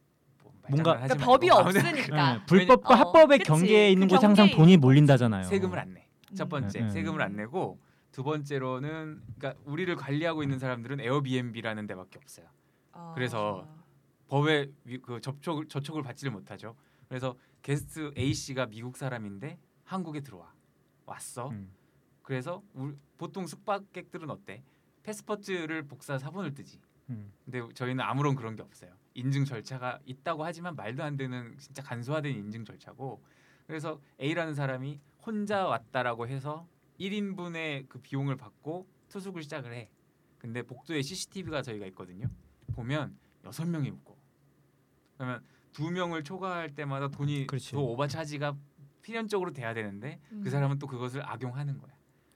Speaker 2: 어, 뭐
Speaker 1: 뭔가-
Speaker 2: 말장난 하지
Speaker 3: 그러니까
Speaker 2: 말고.
Speaker 3: 법이
Speaker 2: 아무튼
Speaker 3: 없으니까.
Speaker 1: 예, 불법과
Speaker 3: 왜냐- 어,
Speaker 1: 합법의
Speaker 3: 그치.
Speaker 1: 경계에 있는
Speaker 3: 그
Speaker 1: 곳에 항상
Speaker 3: 경계에
Speaker 1: 돈이
Speaker 3: 있는
Speaker 1: 몰린다잖아요
Speaker 2: 세금을 안 내. 첫
Speaker 3: 음.
Speaker 2: 번째
Speaker 1: 음.
Speaker 2: 세금을 안 내고 두 번째로는 그러니까 우리를 관리하고 있는 사람들은 에어비앤비라는 데밖에 없어요.
Speaker 3: 아.
Speaker 2: 그래서 법에 위- 그 접촉 저촉을 받지를 못하죠. 그래서 게스트 A 씨가 미국 사람인데 한국에 들어와 왔어.
Speaker 1: 음.
Speaker 2: 그래서 우- 보통 숙박객들은 어때? 패스포트를 복사 사본을 뜨지.
Speaker 1: 음.
Speaker 2: 근데 저희는 아무런 그런 게 없어요. 인증 절차가 있다고 하지만 말도 안 되는 진짜 간소화된 인증 절차고 그래서 A라는 사람이 혼자 왔다라고 해서 1인분의 그 비용을 받고 투숙을 시작을 해. 근데 복도에 CCTV가 저희가 있거든요. 보면 여섯 명이 묵고 그러면 두 명을 초과할 때마다 돈이
Speaker 1: 그렇지.
Speaker 2: 또 오바 차지가 필연적으로 돼야 되는데
Speaker 4: 음.
Speaker 2: 그 사람은 또 그것을 악용하는 거야.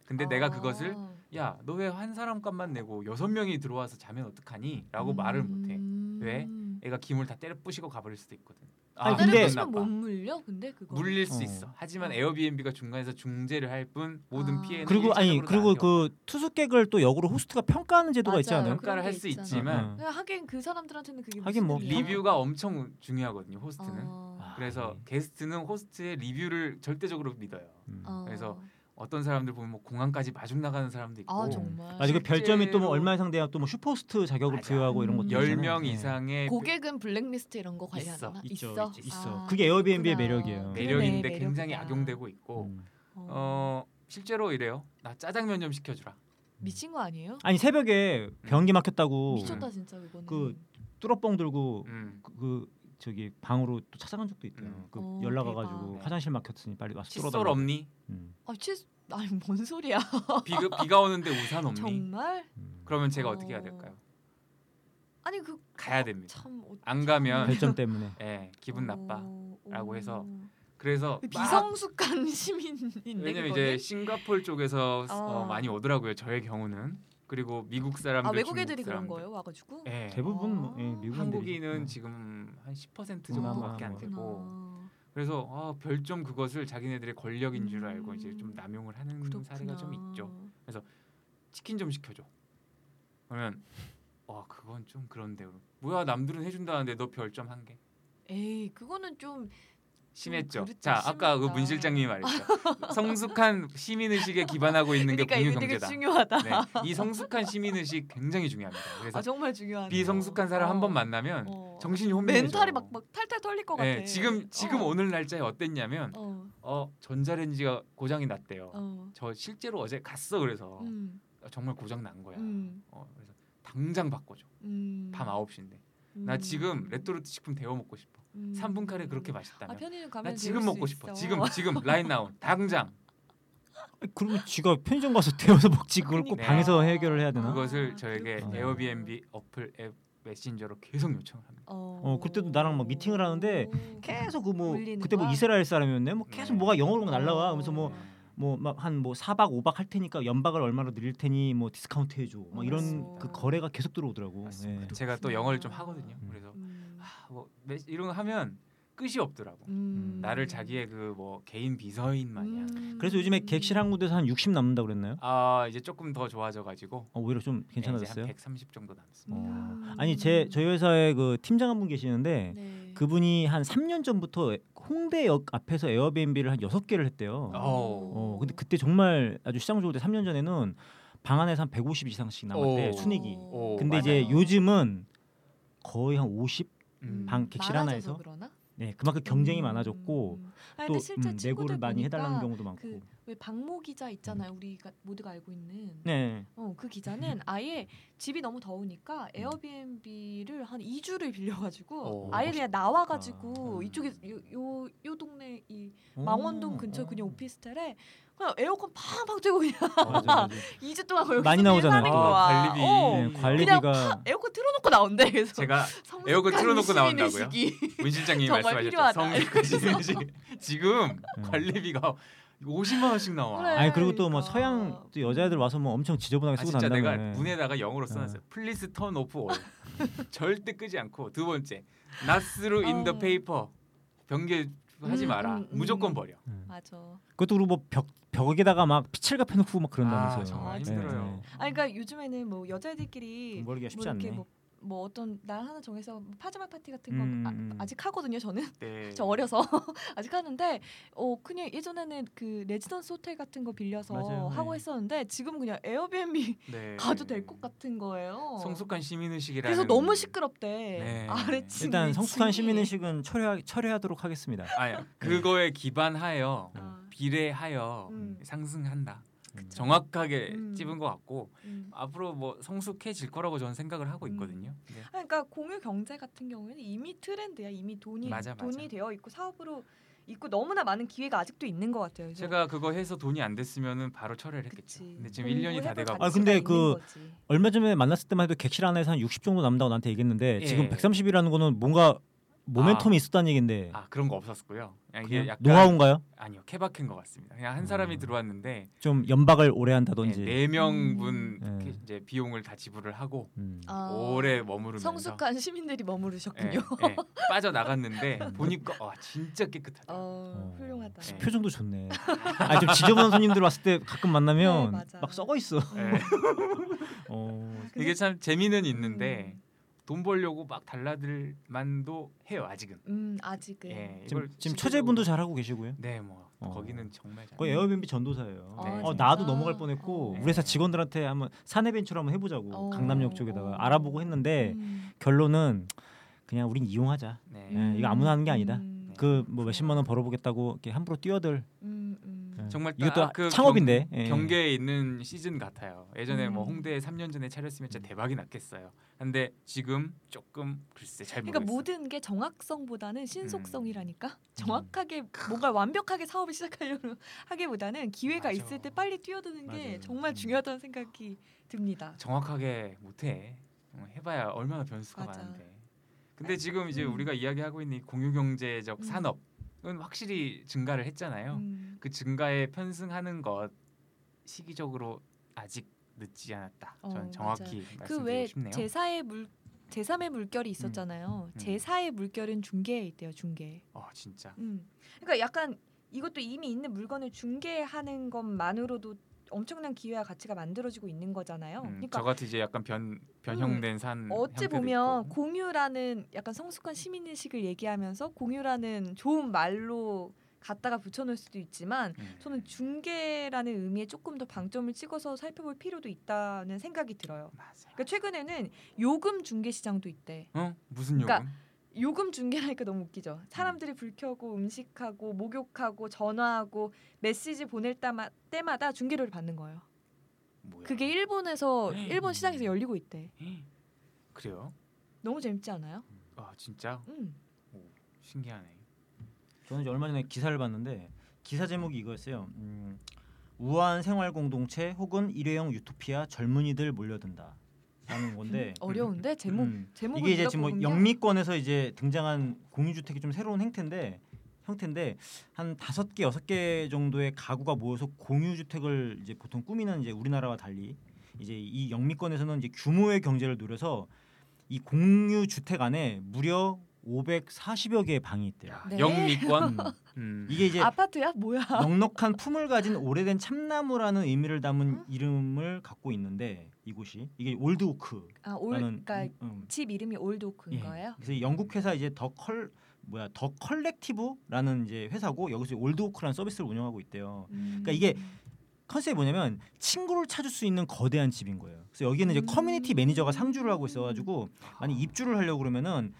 Speaker 2: 근데
Speaker 3: 음. 아.
Speaker 2: 내가 그것을 야 너 왜 한 사람 값만 내고 여섯 명이 들어와서 자면
Speaker 3: 아.
Speaker 2: 어떡하니?라고 말을
Speaker 4: 음.
Speaker 2: 못해.
Speaker 3: 음.
Speaker 2: 왜? 애가 김을 다 때려 부시고 가버릴 수도 있거든.
Speaker 1: 아니,
Speaker 4: 다른
Speaker 1: 근데-
Speaker 4: 곳은 못 물려? 근데 그거
Speaker 2: 물릴 수
Speaker 1: 어.
Speaker 2: 있어. 하지만
Speaker 4: 어.
Speaker 2: 에어비앤비가 중간에서 중재를 할 뿐 모든
Speaker 4: 아.
Speaker 2: 피해는
Speaker 1: 그리고 아니
Speaker 2: 일차적으로
Speaker 1: 그리고
Speaker 2: 나한테
Speaker 1: 그 투숙객을 또 역으로 호스트가 평가하는 제도가 있지
Speaker 4: 맞아요.
Speaker 1: 않아요?
Speaker 2: 평가를
Speaker 4: 그런
Speaker 2: 할
Speaker 4: 게
Speaker 2: 수
Speaker 4: 있잖아.
Speaker 2: 있지만
Speaker 1: 어, 어.
Speaker 4: 그냥 하긴 그 사람들한테는 그게
Speaker 1: 하긴
Speaker 4: 무슨
Speaker 1: 뭐
Speaker 4: 일이야.
Speaker 2: 리뷰가 엄청 중요하거든요. 호스트는.
Speaker 4: 어.
Speaker 2: 그래서
Speaker 1: 아,
Speaker 2: 게스트는 호스트의 리뷰를 절대적으로 믿어요.
Speaker 1: 음.
Speaker 4: 어.
Speaker 2: 아. 그래서 어떤 사람들 보면 뭐 공항까지 마중 나가는 사람도 있고
Speaker 4: 아 정말
Speaker 1: 아 이거 별점이 또 뭐
Speaker 2: 실제로-
Speaker 1: 얼마 이상 돼야 또 뭐 슈퍼호스트 자격을
Speaker 2: 맞아.
Speaker 1: 부여하고 이런 것도
Speaker 4: 음.
Speaker 2: 열
Speaker 1: 있잖아요.
Speaker 2: 명
Speaker 1: 예.
Speaker 2: 이상의
Speaker 3: 고객은 블랙리스트 이런 거 관리
Speaker 2: 네, 그 있어,
Speaker 3: 하나?
Speaker 1: 있죠,
Speaker 3: 있어?
Speaker 1: 있- 있어.
Speaker 3: 아,
Speaker 1: 그게 에어비앤비의
Speaker 3: 그렇구나.
Speaker 1: 매력이에요.
Speaker 3: 그러네,
Speaker 2: 매력인데 굉장히
Speaker 3: 매력이다.
Speaker 2: 악용되고 있고
Speaker 1: 음.
Speaker 2: 어 실제로 이래요. 나 짜장면 좀 시켜주라.
Speaker 3: 미친 거 아니에요?
Speaker 1: 아니
Speaker 2: 음.
Speaker 1: 새벽에 변기
Speaker 2: 어.
Speaker 1: 막혔다고
Speaker 3: 미쳤다 진짜 그거는.
Speaker 1: 그- 뚜러뻥 들고
Speaker 2: 음.
Speaker 1: 그, 그 저기 방으로 또 찾아간 적도 있대요.
Speaker 2: 음.
Speaker 1: 그
Speaker 3: 어,
Speaker 1: 연락
Speaker 3: 대박.
Speaker 1: 와가지고 화장실 막혔으니 빨리 와서
Speaker 2: 칫솔
Speaker 1: 뚫어달라고.
Speaker 2: 없니?
Speaker 1: 음.
Speaker 3: 아, 취... 아니 뭔 소리야?
Speaker 2: 비가 비가 오는데 우산 없니?
Speaker 3: 정말?
Speaker 1: 음.
Speaker 2: 그러면 제가 어떻게
Speaker 3: 어.
Speaker 2: 해야 될까요?
Speaker 3: 아니 그
Speaker 2: 가야 됩니다.
Speaker 3: 참. 어-
Speaker 2: 안 가면
Speaker 1: 별점 때문에.
Speaker 2: 예 기분 나빠.
Speaker 3: 어,
Speaker 2: 라고
Speaker 3: 어.
Speaker 2: 해서 그래서 막-
Speaker 3: 비성숙한 시민인데
Speaker 2: 왜냐면
Speaker 3: 그거는?
Speaker 2: 이제 싱가포르 쪽에서 어,
Speaker 3: 어.
Speaker 2: 많이 오더라고요. 저의 경우는 그리고 미국 사람들,
Speaker 3: 아 외국
Speaker 2: 중국
Speaker 3: 애들이 그런
Speaker 2: 사람들.
Speaker 3: 거예요 와가지고?
Speaker 2: 예.
Speaker 1: 대부분 뭐, 예,
Speaker 3: 아,
Speaker 1: 미국인들이.
Speaker 2: 한국인은
Speaker 1: 음.
Speaker 2: 지금 한 10%
Speaker 1: 그나마
Speaker 2: 정도밖에 안
Speaker 1: 뭐.
Speaker 2: 되고
Speaker 3: 그렇구나.
Speaker 2: 그래서 아, 별점 그것을 자기네들의 권력인 줄 알고
Speaker 3: 음.
Speaker 2: 이제 좀 남용을 하는 음, 사례가 좀 있죠. 치킨 좀 시켜줘. 그러면 와 그건 좀 그런데 요 뭐야 남들은 해준다는데 너 별점 한 개.
Speaker 3: 에이 그거는 좀
Speaker 2: 심했죠.
Speaker 3: 그렇죠.
Speaker 2: 자 아까 그
Speaker 3: 심했다.
Speaker 2: 문 실장님이 말했죠. 성숙한 시민 의식에 기반하고 있는 게
Speaker 3: 그러니까
Speaker 2: 공유
Speaker 3: 이거 되게
Speaker 2: 경제다.
Speaker 3: 중요하다.
Speaker 2: 네, 이 성숙한 시민 의식 굉장히 중요합니다. 그래서
Speaker 3: 아 정말 중요한. 어.
Speaker 2: 비성숙한 사람 한 번 만나면 정신이 혼미해져.
Speaker 3: 멘탈이 막 막 탈탈 털릴 것
Speaker 2: 네,
Speaker 3: 같아.
Speaker 2: 지금 지금
Speaker 3: 어.
Speaker 2: 오늘 날짜에 어땠냐면
Speaker 3: 어.
Speaker 2: 어 전자레인지가 고장이 났대요.
Speaker 3: 어.
Speaker 2: 저 실제로 어제 갔어 그래서
Speaker 3: 음.
Speaker 2: 어, 정말 고장 난 거야.
Speaker 3: 음.
Speaker 2: 어, 그래서 당장 바꿔줘.
Speaker 3: 음.
Speaker 2: 밤 9시인데.
Speaker 3: 음.
Speaker 2: 나 지금 레토르트 식품 데워 먹고 싶어.
Speaker 3: 음.
Speaker 2: 삼 3분 카레 그렇게
Speaker 3: 아
Speaker 2: 맛있다면.
Speaker 3: 편의점 가면
Speaker 2: 나
Speaker 3: 배울
Speaker 2: 지금
Speaker 3: 수
Speaker 2: 먹고 싶어.
Speaker 3: 있어.
Speaker 2: 지금 지금 라인 나온 당장.
Speaker 1: 아니, 그리고 지가 편의점 가서 데워서 먹지 그걸 꼭
Speaker 2: 그러니까.
Speaker 1: 방에서 해결을 해야 되나?
Speaker 4: 그거-
Speaker 2: 그것을
Speaker 4: 아,
Speaker 2: 저에게
Speaker 1: 그렇구나.
Speaker 2: 에어비앤비 어플 앱 메신저로 계속 요청을 합니다.
Speaker 3: 어.
Speaker 1: 어, 그때도 나랑 막 미팅을 하는데
Speaker 3: 오.
Speaker 1: 계속 그 뭐
Speaker 3: 울리는
Speaker 1: 그때 뭐
Speaker 3: 거야?
Speaker 1: 이스라엘 사람이었네. 뭐 계속
Speaker 2: 네.
Speaker 1: 뭐가 영어로 막 날라와. 그래서
Speaker 3: 어.
Speaker 1: 뭐 뭐 막 한 뭐 4박 5박 할 테니까 연박을 얼마로 늘릴 테니 뭐 디스카운트 해줘. 막 이런
Speaker 3: 맞습니다.
Speaker 1: 그 거래가 계속 들어오더라고.
Speaker 2: 맞습니다.
Speaker 1: 예.
Speaker 2: 제가 또 영어를 좀 하거든요.
Speaker 1: 음.
Speaker 2: 그래서
Speaker 3: 음.
Speaker 2: 아, 뭐 메- 이런 거 하면 끝이 없더라고.
Speaker 3: 음.
Speaker 2: 나를 자기의 그 뭐 개인 비서인 마냥.
Speaker 3: 음.
Speaker 1: 그래서 요즘에 객실 한 군데서 한 60 남는다 그랬나요?
Speaker 2: 아 이제 조금 더 좋아져 가지고
Speaker 1: 어,
Speaker 2: 네,
Speaker 1: 오히려 좀
Speaker 3: 네,
Speaker 1: 괜찮아졌어요.
Speaker 2: 한130 정도 남습니다.
Speaker 1: 어.
Speaker 3: 음.
Speaker 1: 아니 제 저희 회사에 그 팀장 한 분 계시는데
Speaker 3: 네.
Speaker 1: 그분이 한 3년 전부터 홍대역 앞에서 에어비앤비를 한 6개를 했대요.
Speaker 3: 아.
Speaker 2: 어.
Speaker 1: 어, 근데 그때 정말 아주 시장 좋을 때 3년 전에는 방 안에서 한 150 이상씩 남았대
Speaker 2: 오.
Speaker 1: 순익이.
Speaker 2: 어,
Speaker 3: 오,
Speaker 1: 근데
Speaker 3: 맞아요.
Speaker 1: 이제 요즘은 거의 한 50.
Speaker 2: 음.
Speaker 1: 방 객실
Speaker 3: 많아져서
Speaker 1: 하나에서
Speaker 3: 그러나?
Speaker 1: 네, 그만큼 경쟁이
Speaker 3: 음.
Speaker 1: 많아졌고
Speaker 3: 아니,
Speaker 1: 또
Speaker 3: 근데 실제
Speaker 1: 음, 내고를
Speaker 3: 친구들
Speaker 1: 많이 해달라는
Speaker 3: 보니까
Speaker 1: 경우도 많고.
Speaker 3: 그- 왜 박모 기자 있잖아요. 우리가 모두가 알고 있는.
Speaker 1: 네.
Speaker 3: 어, 그 기자는 아예 집이 너무 더우니까 에어비앤비를 한 2주를 빌려 가지고
Speaker 2: 오,
Speaker 3: 아예 그냥 나와 가지고
Speaker 2: 음.
Speaker 1: 멋있다.
Speaker 3: 이쪽에 요요 요 동네 이
Speaker 1: 오,
Speaker 3: 망원동 근처
Speaker 1: 오.
Speaker 3: 그냥
Speaker 2: 음.
Speaker 3: 오피스텔에 그냥 에어컨 팡팡 쐬고 그냥
Speaker 1: 맞아, 맞아.
Speaker 3: 2주 동안 거기
Speaker 1: 많이
Speaker 3: 무슨
Speaker 1: 나오잖아요.
Speaker 3: 일하는
Speaker 1: 아,
Speaker 3: 거야.
Speaker 2: 관리비.
Speaker 3: 어,
Speaker 1: 네,
Speaker 2: 그냥
Speaker 1: 관리비가
Speaker 3: 에어컨 틀어놓고 나온대. 그래서
Speaker 2: 제가
Speaker 3: 성숙한
Speaker 2: 에어컨 틀어놓고 나온다고요?
Speaker 3: 시민의식이.
Speaker 2: 문 실장님이
Speaker 3: 정말
Speaker 2: 말씀하셨죠.
Speaker 3: 필요하다.
Speaker 2: 성숙하시는 지금
Speaker 1: 음.
Speaker 2: 관리비가 50만 원씩 나와.
Speaker 3: 그래.
Speaker 1: 아니 그리고 또 뭐
Speaker 3: 그러니까.
Speaker 1: 서양 또 여자애들 와서 뭐 엄청 지저분하게
Speaker 2: 아
Speaker 1: 쓰고 네.
Speaker 2: 진짜
Speaker 1: 난다며.
Speaker 2: 내가 문에다가 영어로 써놨어요.
Speaker 1: 어.
Speaker 2: Please turn off all. 절대 끄지 않고 두 번째 not through in the
Speaker 3: 어.
Speaker 2: paper. 변개 하지
Speaker 3: 음,
Speaker 2: 마라.
Speaker 3: 음, 음.
Speaker 2: 무조건 버려.
Speaker 1: 음.
Speaker 3: 맞아.
Speaker 1: 그것도 그리고 뭐 벽 벽에다가 막 피칠갑 해놓고 막 그런다면서요.
Speaker 2: 아 정말
Speaker 3: 아,
Speaker 1: 네,
Speaker 2: 힘들어요.
Speaker 1: 네.
Speaker 3: 아 그러니까 요즘에는 뭐 여자애들끼리
Speaker 1: 돈 벌기가 쉽지
Speaker 3: 뭐 이렇게
Speaker 1: 않네.
Speaker 3: 뭐, 뭐 어떤 날 하나 정해서 뭐 파자마 파티 같은 거
Speaker 1: 음, 음.
Speaker 3: 아, 직 하거든요. 저는
Speaker 2: 네.
Speaker 3: 저 어려서 아직 하는데 어 그냥 예전에는 그 레지던스 호텔 같은 거 빌려서
Speaker 1: 맞아요.
Speaker 3: 하고
Speaker 1: 네.
Speaker 3: 했었는데 지금 그냥 에어비앤비
Speaker 2: 네.
Speaker 3: 가도 될 것 같은 거예요.
Speaker 2: 성숙한 시민의식이라는.
Speaker 3: 그래서 너무 시끄럽대.
Speaker 2: 네.
Speaker 3: 아래층
Speaker 1: 일단
Speaker 3: 위층이.
Speaker 1: 성숙한 시민의식은 철회 철회하도록 하겠습니다.
Speaker 2: 아니 그거에 기반하여
Speaker 3: 아,
Speaker 2: 비례하여
Speaker 3: 음.
Speaker 2: 상승한다.
Speaker 1: 음.
Speaker 2: 정확하게
Speaker 4: 음.
Speaker 2: 찝은 것 같고
Speaker 4: 음.
Speaker 2: 앞으로 뭐 성숙해질 거라고 저는 생각을 하고
Speaker 4: 음.
Speaker 2: 있거든요. 네.
Speaker 4: 아, 그러니까 공유 경제 같은 경우에는 이미 트렌드야. 이미 돈이
Speaker 2: 맞아, 맞아.
Speaker 4: 돈이 되어 있고 사업으로 있고 너무나 많은 기회가 아직도 있는 것 같아요. 그래서
Speaker 2: 제가 그거 해서 돈이 안 됐으면은 바로 철회를 했겠죠.
Speaker 4: 그치.
Speaker 2: 근데 지금 1년이 다
Speaker 4: 공부해볼
Speaker 2: 돼가고
Speaker 1: 아, 근데
Speaker 4: 가치가 있는
Speaker 1: 그-
Speaker 4: 거지.
Speaker 1: 얼마 전에 만났을 때만 해도 객실 안에서 한 60 정도 남다고 나한테 얘기했는데
Speaker 2: 예.
Speaker 1: 지금 130이라는 거는 뭔가 모멘텀이 있었다는 얘긴데
Speaker 2: 아 그런 거 없었고요. 그냥 이게
Speaker 1: 그냥
Speaker 2: 약간
Speaker 1: 노하우인가요?
Speaker 2: 아니요 케바케인 것 같습니다. 그냥 한 사람이
Speaker 1: 음.
Speaker 2: 들어왔는데
Speaker 1: 좀 연박을 오래
Speaker 2: 네,
Speaker 1: 한다든지
Speaker 2: 네
Speaker 1: 음.
Speaker 2: 명분 이렇게
Speaker 1: 네.
Speaker 2: 이제 비용을 다 지불을 하고
Speaker 1: 음.
Speaker 3: 아,
Speaker 2: 오래 머무르면서 예, 네.
Speaker 3: 성숙한 시민들이 머무르셨군요.
Speaker 2: 빠져 나갔는데 보니까 와 진짜 깨끗하다.
Speaker 4: 어,
Speaker 1: 어.
Speaker 4: 훌륭하다.
Speaker 2: 네.
Speaker 1: 표정도 좋네. 아, 좀 지저분한 손님들 왔을 때 가끔
Speaker 4: 네,
Speaker 1: 만나면
Speaker 4: 맞아.
Speaker 1: 막 썩어 있어.
Speaker 2: 예.
Speaker 1: 어,
Speaker 4: 아, 근데 음.
Speaker 2: 이게 참 재미는 있는데 돈 벌려고 막 달라들 만도 해요 아직은.
Speaker 4: 음 아직은
Speaker 2: 예,
Speaker 1: 지금,
Speaker 2: 이걸
Speaker 1: 지금
Speaker 2: 실제로-
Speaker 1: 처제분도 잘하고 계시고요.
Speaker 2: 네뭐
Speaker 1: 어.
Speaker 2: 거기는 정말 잘.
Speaker 1: 거의 에어비앤비 전도사예요.
Speaker 3: 아,
Speaker 2: 네.
Speaker 1: 어,
Speaker 3: 진짜?
Speaker 1: 나도 넘어갈 뻔했고
Speaker 3: 어.
Speaker 1: 우리 회사 직원들한테 한번 사내벤처로 한번 해보자고
Speaker 3: 어.
Speaker 1: 강남역 쪽에다가
Speaker 3: 어.
Speaker 1: 알아보고 했는데
Speaker 3: 음.
Speaker 1: 결론은 그냥 우린 이용하자.
Speaker 2: 네.
Speaker 1: 예, 이거 아무나 하는 게 아니다.
Speaker 4: 음,
Speaker 1: 그 뭐 몇십만 원 벌어보겠다고 이렇게 함부로 뛰어들.
Speaker 4: 음, 음.
Speaker 1: 예.
Speaker 2: 정말 딱
Speaker 1: 이것도
Speaker 2: 그
Speaker 1: 창업인데 예.
Speaker 2: 경계에 있는 시즌 같아요. 예전에 뭐
Speaker 4: 음.
Speaker 2: 홍대에 3년 전에 차렸으면
Speaker 1: 음.
Speaker 2: 진짜 대박이 났겠어요. 근데 지금 조금 글쎄 잘
Speaker 3: 그러니까
Speaker 2: 모르겠어요. 음.
Speaker 3: 모든 게 정확성보다는 신속성이라니까 정확하게 뭔가 완벽하게 사업을 시작하려고 하기보다는 기회가
Speaker 2: 맞아.
Speaker 3: 있을 때 빨리 뛰어드는
Speaker 1: 맞아요.
Speaker 3: 게 정말
Speaker 1: 음.
Speaker 3: 중요하다는 생각이 듭니다.
Speaker 2: 정확하게 못해. 어, 해봐야 얼마나 변수가
Speaker 3: 맞아.
Speaker 2: 많은데. 근데 지금 이제
Speaker 1: 음.
Speaker 2: 우리가 이야기하고 있는 이 공유경제적
Speaker 3: 음.
Speaker 2: 산업은 확실히 증가를 했잖아요.
Speaker 3: 음.
Speaker 2: 그 증가에 편승하는 것 시기적으로 아직 늦지 않았다.
Speaker 3: 어,
Speaker 2: 저는 정확히
Speaker 3: 그
Speaker 2: 말씀드리고
Speaker 3: 외에
Speaker 2: 싶네요.
Speaker 3: 제사의 물 제삼의 물결이 있었잖아요.
Speaker 2: 음.
Speaker 3: 제사의 물결은 중개에 있대요. 중개.
Speaker 2: 어 진짜.
Speaker 4: 음. 그러니까 약간 이것도 이미 있는 물건을 중개하는 것만으로도 엄청난 기회와 가치가 만들어지고 있는 거잖아요.
Speaker 2: 음,
Speaker 4: 그러니까
Speaker 2: 저같이 이제 약간 변 변형된 산
Speaker 4: 어찌
Speaker 2: 형태도
Speaker 4: 보면
Speaker 2: 있고.
Speaker 4: 공유라는 약간 성숙한 시민 의식을 얘기하면서 공유라는 좋은 말로 갖다가 붙여놓을 수도 있지만
Speaker 2: 음.
Speaker 4: 저는 중개라는 의미에 조금 더 방점을 찍어서 살펴볼 필요도 있다는 생각이 들어요.
Speaker 2: 맞아.
Speaker 4: 그러니까 최근에는 요금 중개 시장도 있대.
Speaker 2: 어? 무슨 요금?
Speaker 4: 그러니까 요금 중개라니까 너무
Speaker 1: 음.
Speaker 4: 웃기죠. 사람들이 불 켜고 음식하고 목욕하고 전화하고 메시지 보낼 때마, 때마다 중개료를 받는 거예요.
Speaker 2: 뭐야?
Speaker 3: 그게 일본에서
Speaker 2: 음.
Speaker 3: 일본 시장에서 열리고 있대.
Speaker 2: 그래요?
Speaker 4: 너무 재밌지 않아요?
Speaker 2: 아 진짜
Speaker 4: 음.
Speaker 2: 신기하네.
Speaker 1: 저는 이제 얼마 전에 기사를 봤는데 기사 제목이 이거였어요. 음, 우아한 생활 공동체 혹은 일회용 유토피아 젊은이들 몰려든다. 라는 건데
Speaker 3: 어려운데 제목
Speaker 1: 음,
Speaker 3: 제목을
Speaker 1: 이게 이제 지금 뭐
Speaker 3: 읽어보면-
Speaker 1: 영미권에서 이제 등장한 공유주택이 좀 새로운 행태인데 형태인데 한 다섯 개 여섯 개 정도의 가구가 모여서 공유주택을 이제 보통 꾸미는 이제 우리나라와 달리 이제 이 영미권에서는 이제 규모의 경제를 노려서 이 공유주택 안에 무려 540여 개의 방이 있대요.
Speaker 2: 야,
Speaker 3: 네.
Speaker 2: 영미권.
Speaker 1: 음.
Speaker 2: 음.
Speaker 1: 이게 이제
Speaker 3: 아파트야? 뭐야?
Speaker 1: 넉넉한 품을 가진 오래된 참나무라는 의미를
Speaker 3: 음?
Speaker 1: 담은 이름을 갖고 있는데 이곳이 이게 올드 오크라는
Speaker 3: 아, 올 그러니까
Speaker 1: 음, 음.
Speaker 3: 집 이름이 올도크인
Speaker 1: 예.
Speaker 3: 거예요?
Speaker 1: 그래서 이 영국 회사 이제 더 컬 뭐야 더 컬렉티브라는 이제 회사고 여기서 올드 오크라는 서비스를 운영하고 있대요.
Speaker 3: 음.
Speaker 1: 그러니까 이게 컨셉이 뭐냐면 친구를 찾을 수 있는 거대한 집인 거예요. 그래서 여기는 이제
Speaker 3: 음. 아.
Speaker 1: 커뮤니티 매니저가 상주를 하고 있어가지고 만약 입주를 하려고 그러면은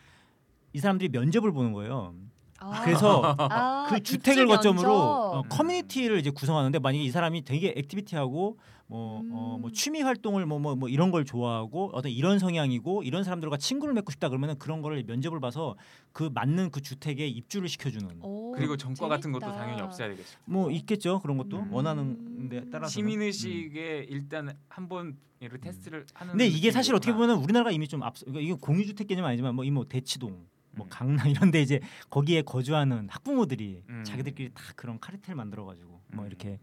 Speaker 1: 이 사람들이 면접을 보는 거예요.
Speaker 3: 아.
Speaker 1: 그래서
Speaker 3: 아,
Speaker 1: 그 주택을
Speaker 3: 입주
Speaker 1: 거점으로
Speaker 3: 면접.
Speaker 1: 어, 커뮤니티를 이제 구성하는데 만약에 이 사람이 되게 액티비티하고 뭐, 어, 뭐
Speaker 3: 음.
Speaker 1: 취미 활동을 뭐, 뭐, 뭐 이런 걸 좋아하고 어떤 이런 성향이고 이런 사람들과 친구를 맺고 싶다 그러면은 그런 거를 면접을 봐서 그 맞는 그 주택에 입주를 시켜주는
Speaker 3: 오,
Speaker 2: 그리고 정과 같은 것도
Speaker 3: 어, 재밌다.
Speaker 2: 당연히 없어야 되겠죠.
Speaker 1: 뭐 있겠죠 그런 것도
Speaker 2: 음.
Speaker 1: 원하는 데 따라서 음.
Speaker 2: 시민 의식에 일단 한번 얘를 테스트를 하는.
Speaker 1: 근데 이게 사실 어떻게
Speaker 2: 느낌이구나.
Speaker 1: 보면 우리나라가 이미 좀 앞서 이거 공유주택 개념 아니지만 뭐 이 뭐 대치동 뭐
Speaker 2: 음.
Speaker 1: 강남 이런데 이제 거기에 거주하는 학부모들이
Speaker 2: 음.
Speaker 1: 자기들끼리 다 그런 카르텔 만들어가지고 뭐
Speaker 2: 음.
Speaker 1: 이렇게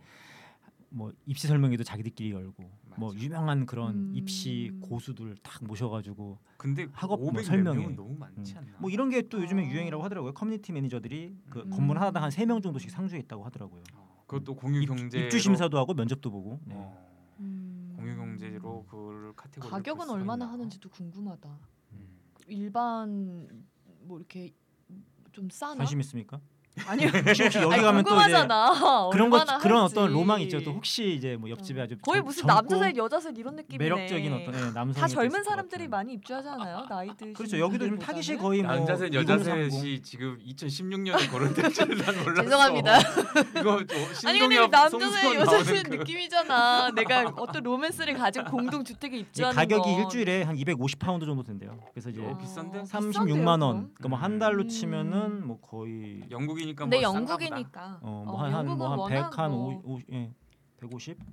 Speaker 1: 뭐 입시 설명회도 자기들끼리 열고 뭐
Speaker 2: 맞아.
Speaker 1: 유명한 그런
Speaker 3: 음.
Speaker 1: 입시 고수들 딱 모셔가지고
Speaker 2: 근데
Speaker 1: 학업 뭐
Speaker 2: 500몇
Speaker 1: 설명회.
Speaker 2: 명은 너무 많지
Speaker 1: 음.
Speaker 2: 않나?
Speaker 1: 뭐 이런 게 또 요즘에
Speaker 3: 아.
Speaker 1: 유행이라고 하더라고요 커뮤니티 매니저들이 그
Speaker 2: 음.
Speaker 1: 건물 하나당 한 세 명 정도씩 상주에 있다고 하더라고요
Speaker 2: 어, 그것도 공유 경제 어.
Speaker 1: 입주 심사도 하고 면접도 보고 네.
Speaker 3: 음.
Speaker 2: 공유 경제로 그걸 카테고리.
Speaker 3: 가격은 얼마나 하는지도 궁금하다.
Speaker 1: 음.
Speaker 3: 일반 뭐 이렇게 좀 싸나?
Speaker 1: 관심 있습니까?
Speaker 3: 아니요.
Speaker 1: 혹시 여기
Speaker 3: 아니,
Speaker 1: 가면 또 이제
Speaker 3: 궁금하잖아.
Speaker 1: 그런 것
Speaker 3: 얼마나
Speaker 1: 그런
Speaker 3: 할지.
Speaker 1: 어떤 로망이 있죠. 또 혹시 이제 뭐 옆집에
Speaker 3: 어.
Speaker 1: 아주
Speaker 3: 거의
Speaker 1: 젊-
Speaker 3: 무슨
Speaker 1: 젊고
Speaker 3: 남자살 여자살 이런 느낌이네.
Speaker 1: 매력적인 어떤 예, 남성
Speaker 3: 다 젊은 사람들이 많이 입주하잖아요. 나이 드
Speaker 1: 그렇죠. 여기도 좀 타깃이 거의 뭐
Speaker 2: 남자셋
Speaker 1: 2030.
Speaker 2: 여자셋이 지금 2016년에 거론된 줄은 난 몰랐어.
Speaker 3: 죄송합니다.
Speaker 2: 이거
Speaker 3: 아니 근데
Speaker 2: 신동엽
Speaker 3: 남자세
Speaker 2: 송승헌 나오는
Speaker 3: 여자세
Speaker 2: 그
Speaker 3: 느낌이잖아. 내가 어떤 로맨스를 가진 공동 주택에
Speaker 1: 이제
Speaker 3: 입주하는 뭐
Speaker 1: 가격이
Speaker 3: 건.
Speaker 1: 일주일에 한 250파운드 정도 된대요. 그래서 이제
Speaker 2: 어. 비싼데?
Speaker 1: 36만 원. 그러니까 뭐 한 달로
Speaker 3: 음.
Speaker 1: 치면은 뭐 거의 어, 뭐
Speaker 2: 영국이니까
Speaker 3: 근데
Speaker 2: 뭐 싼가 보다.
Speaker 3: 네, 영국이니까. 어, 영국은 워낙 뭐
Speaker 1: 뭐한한뭐한100한150 예,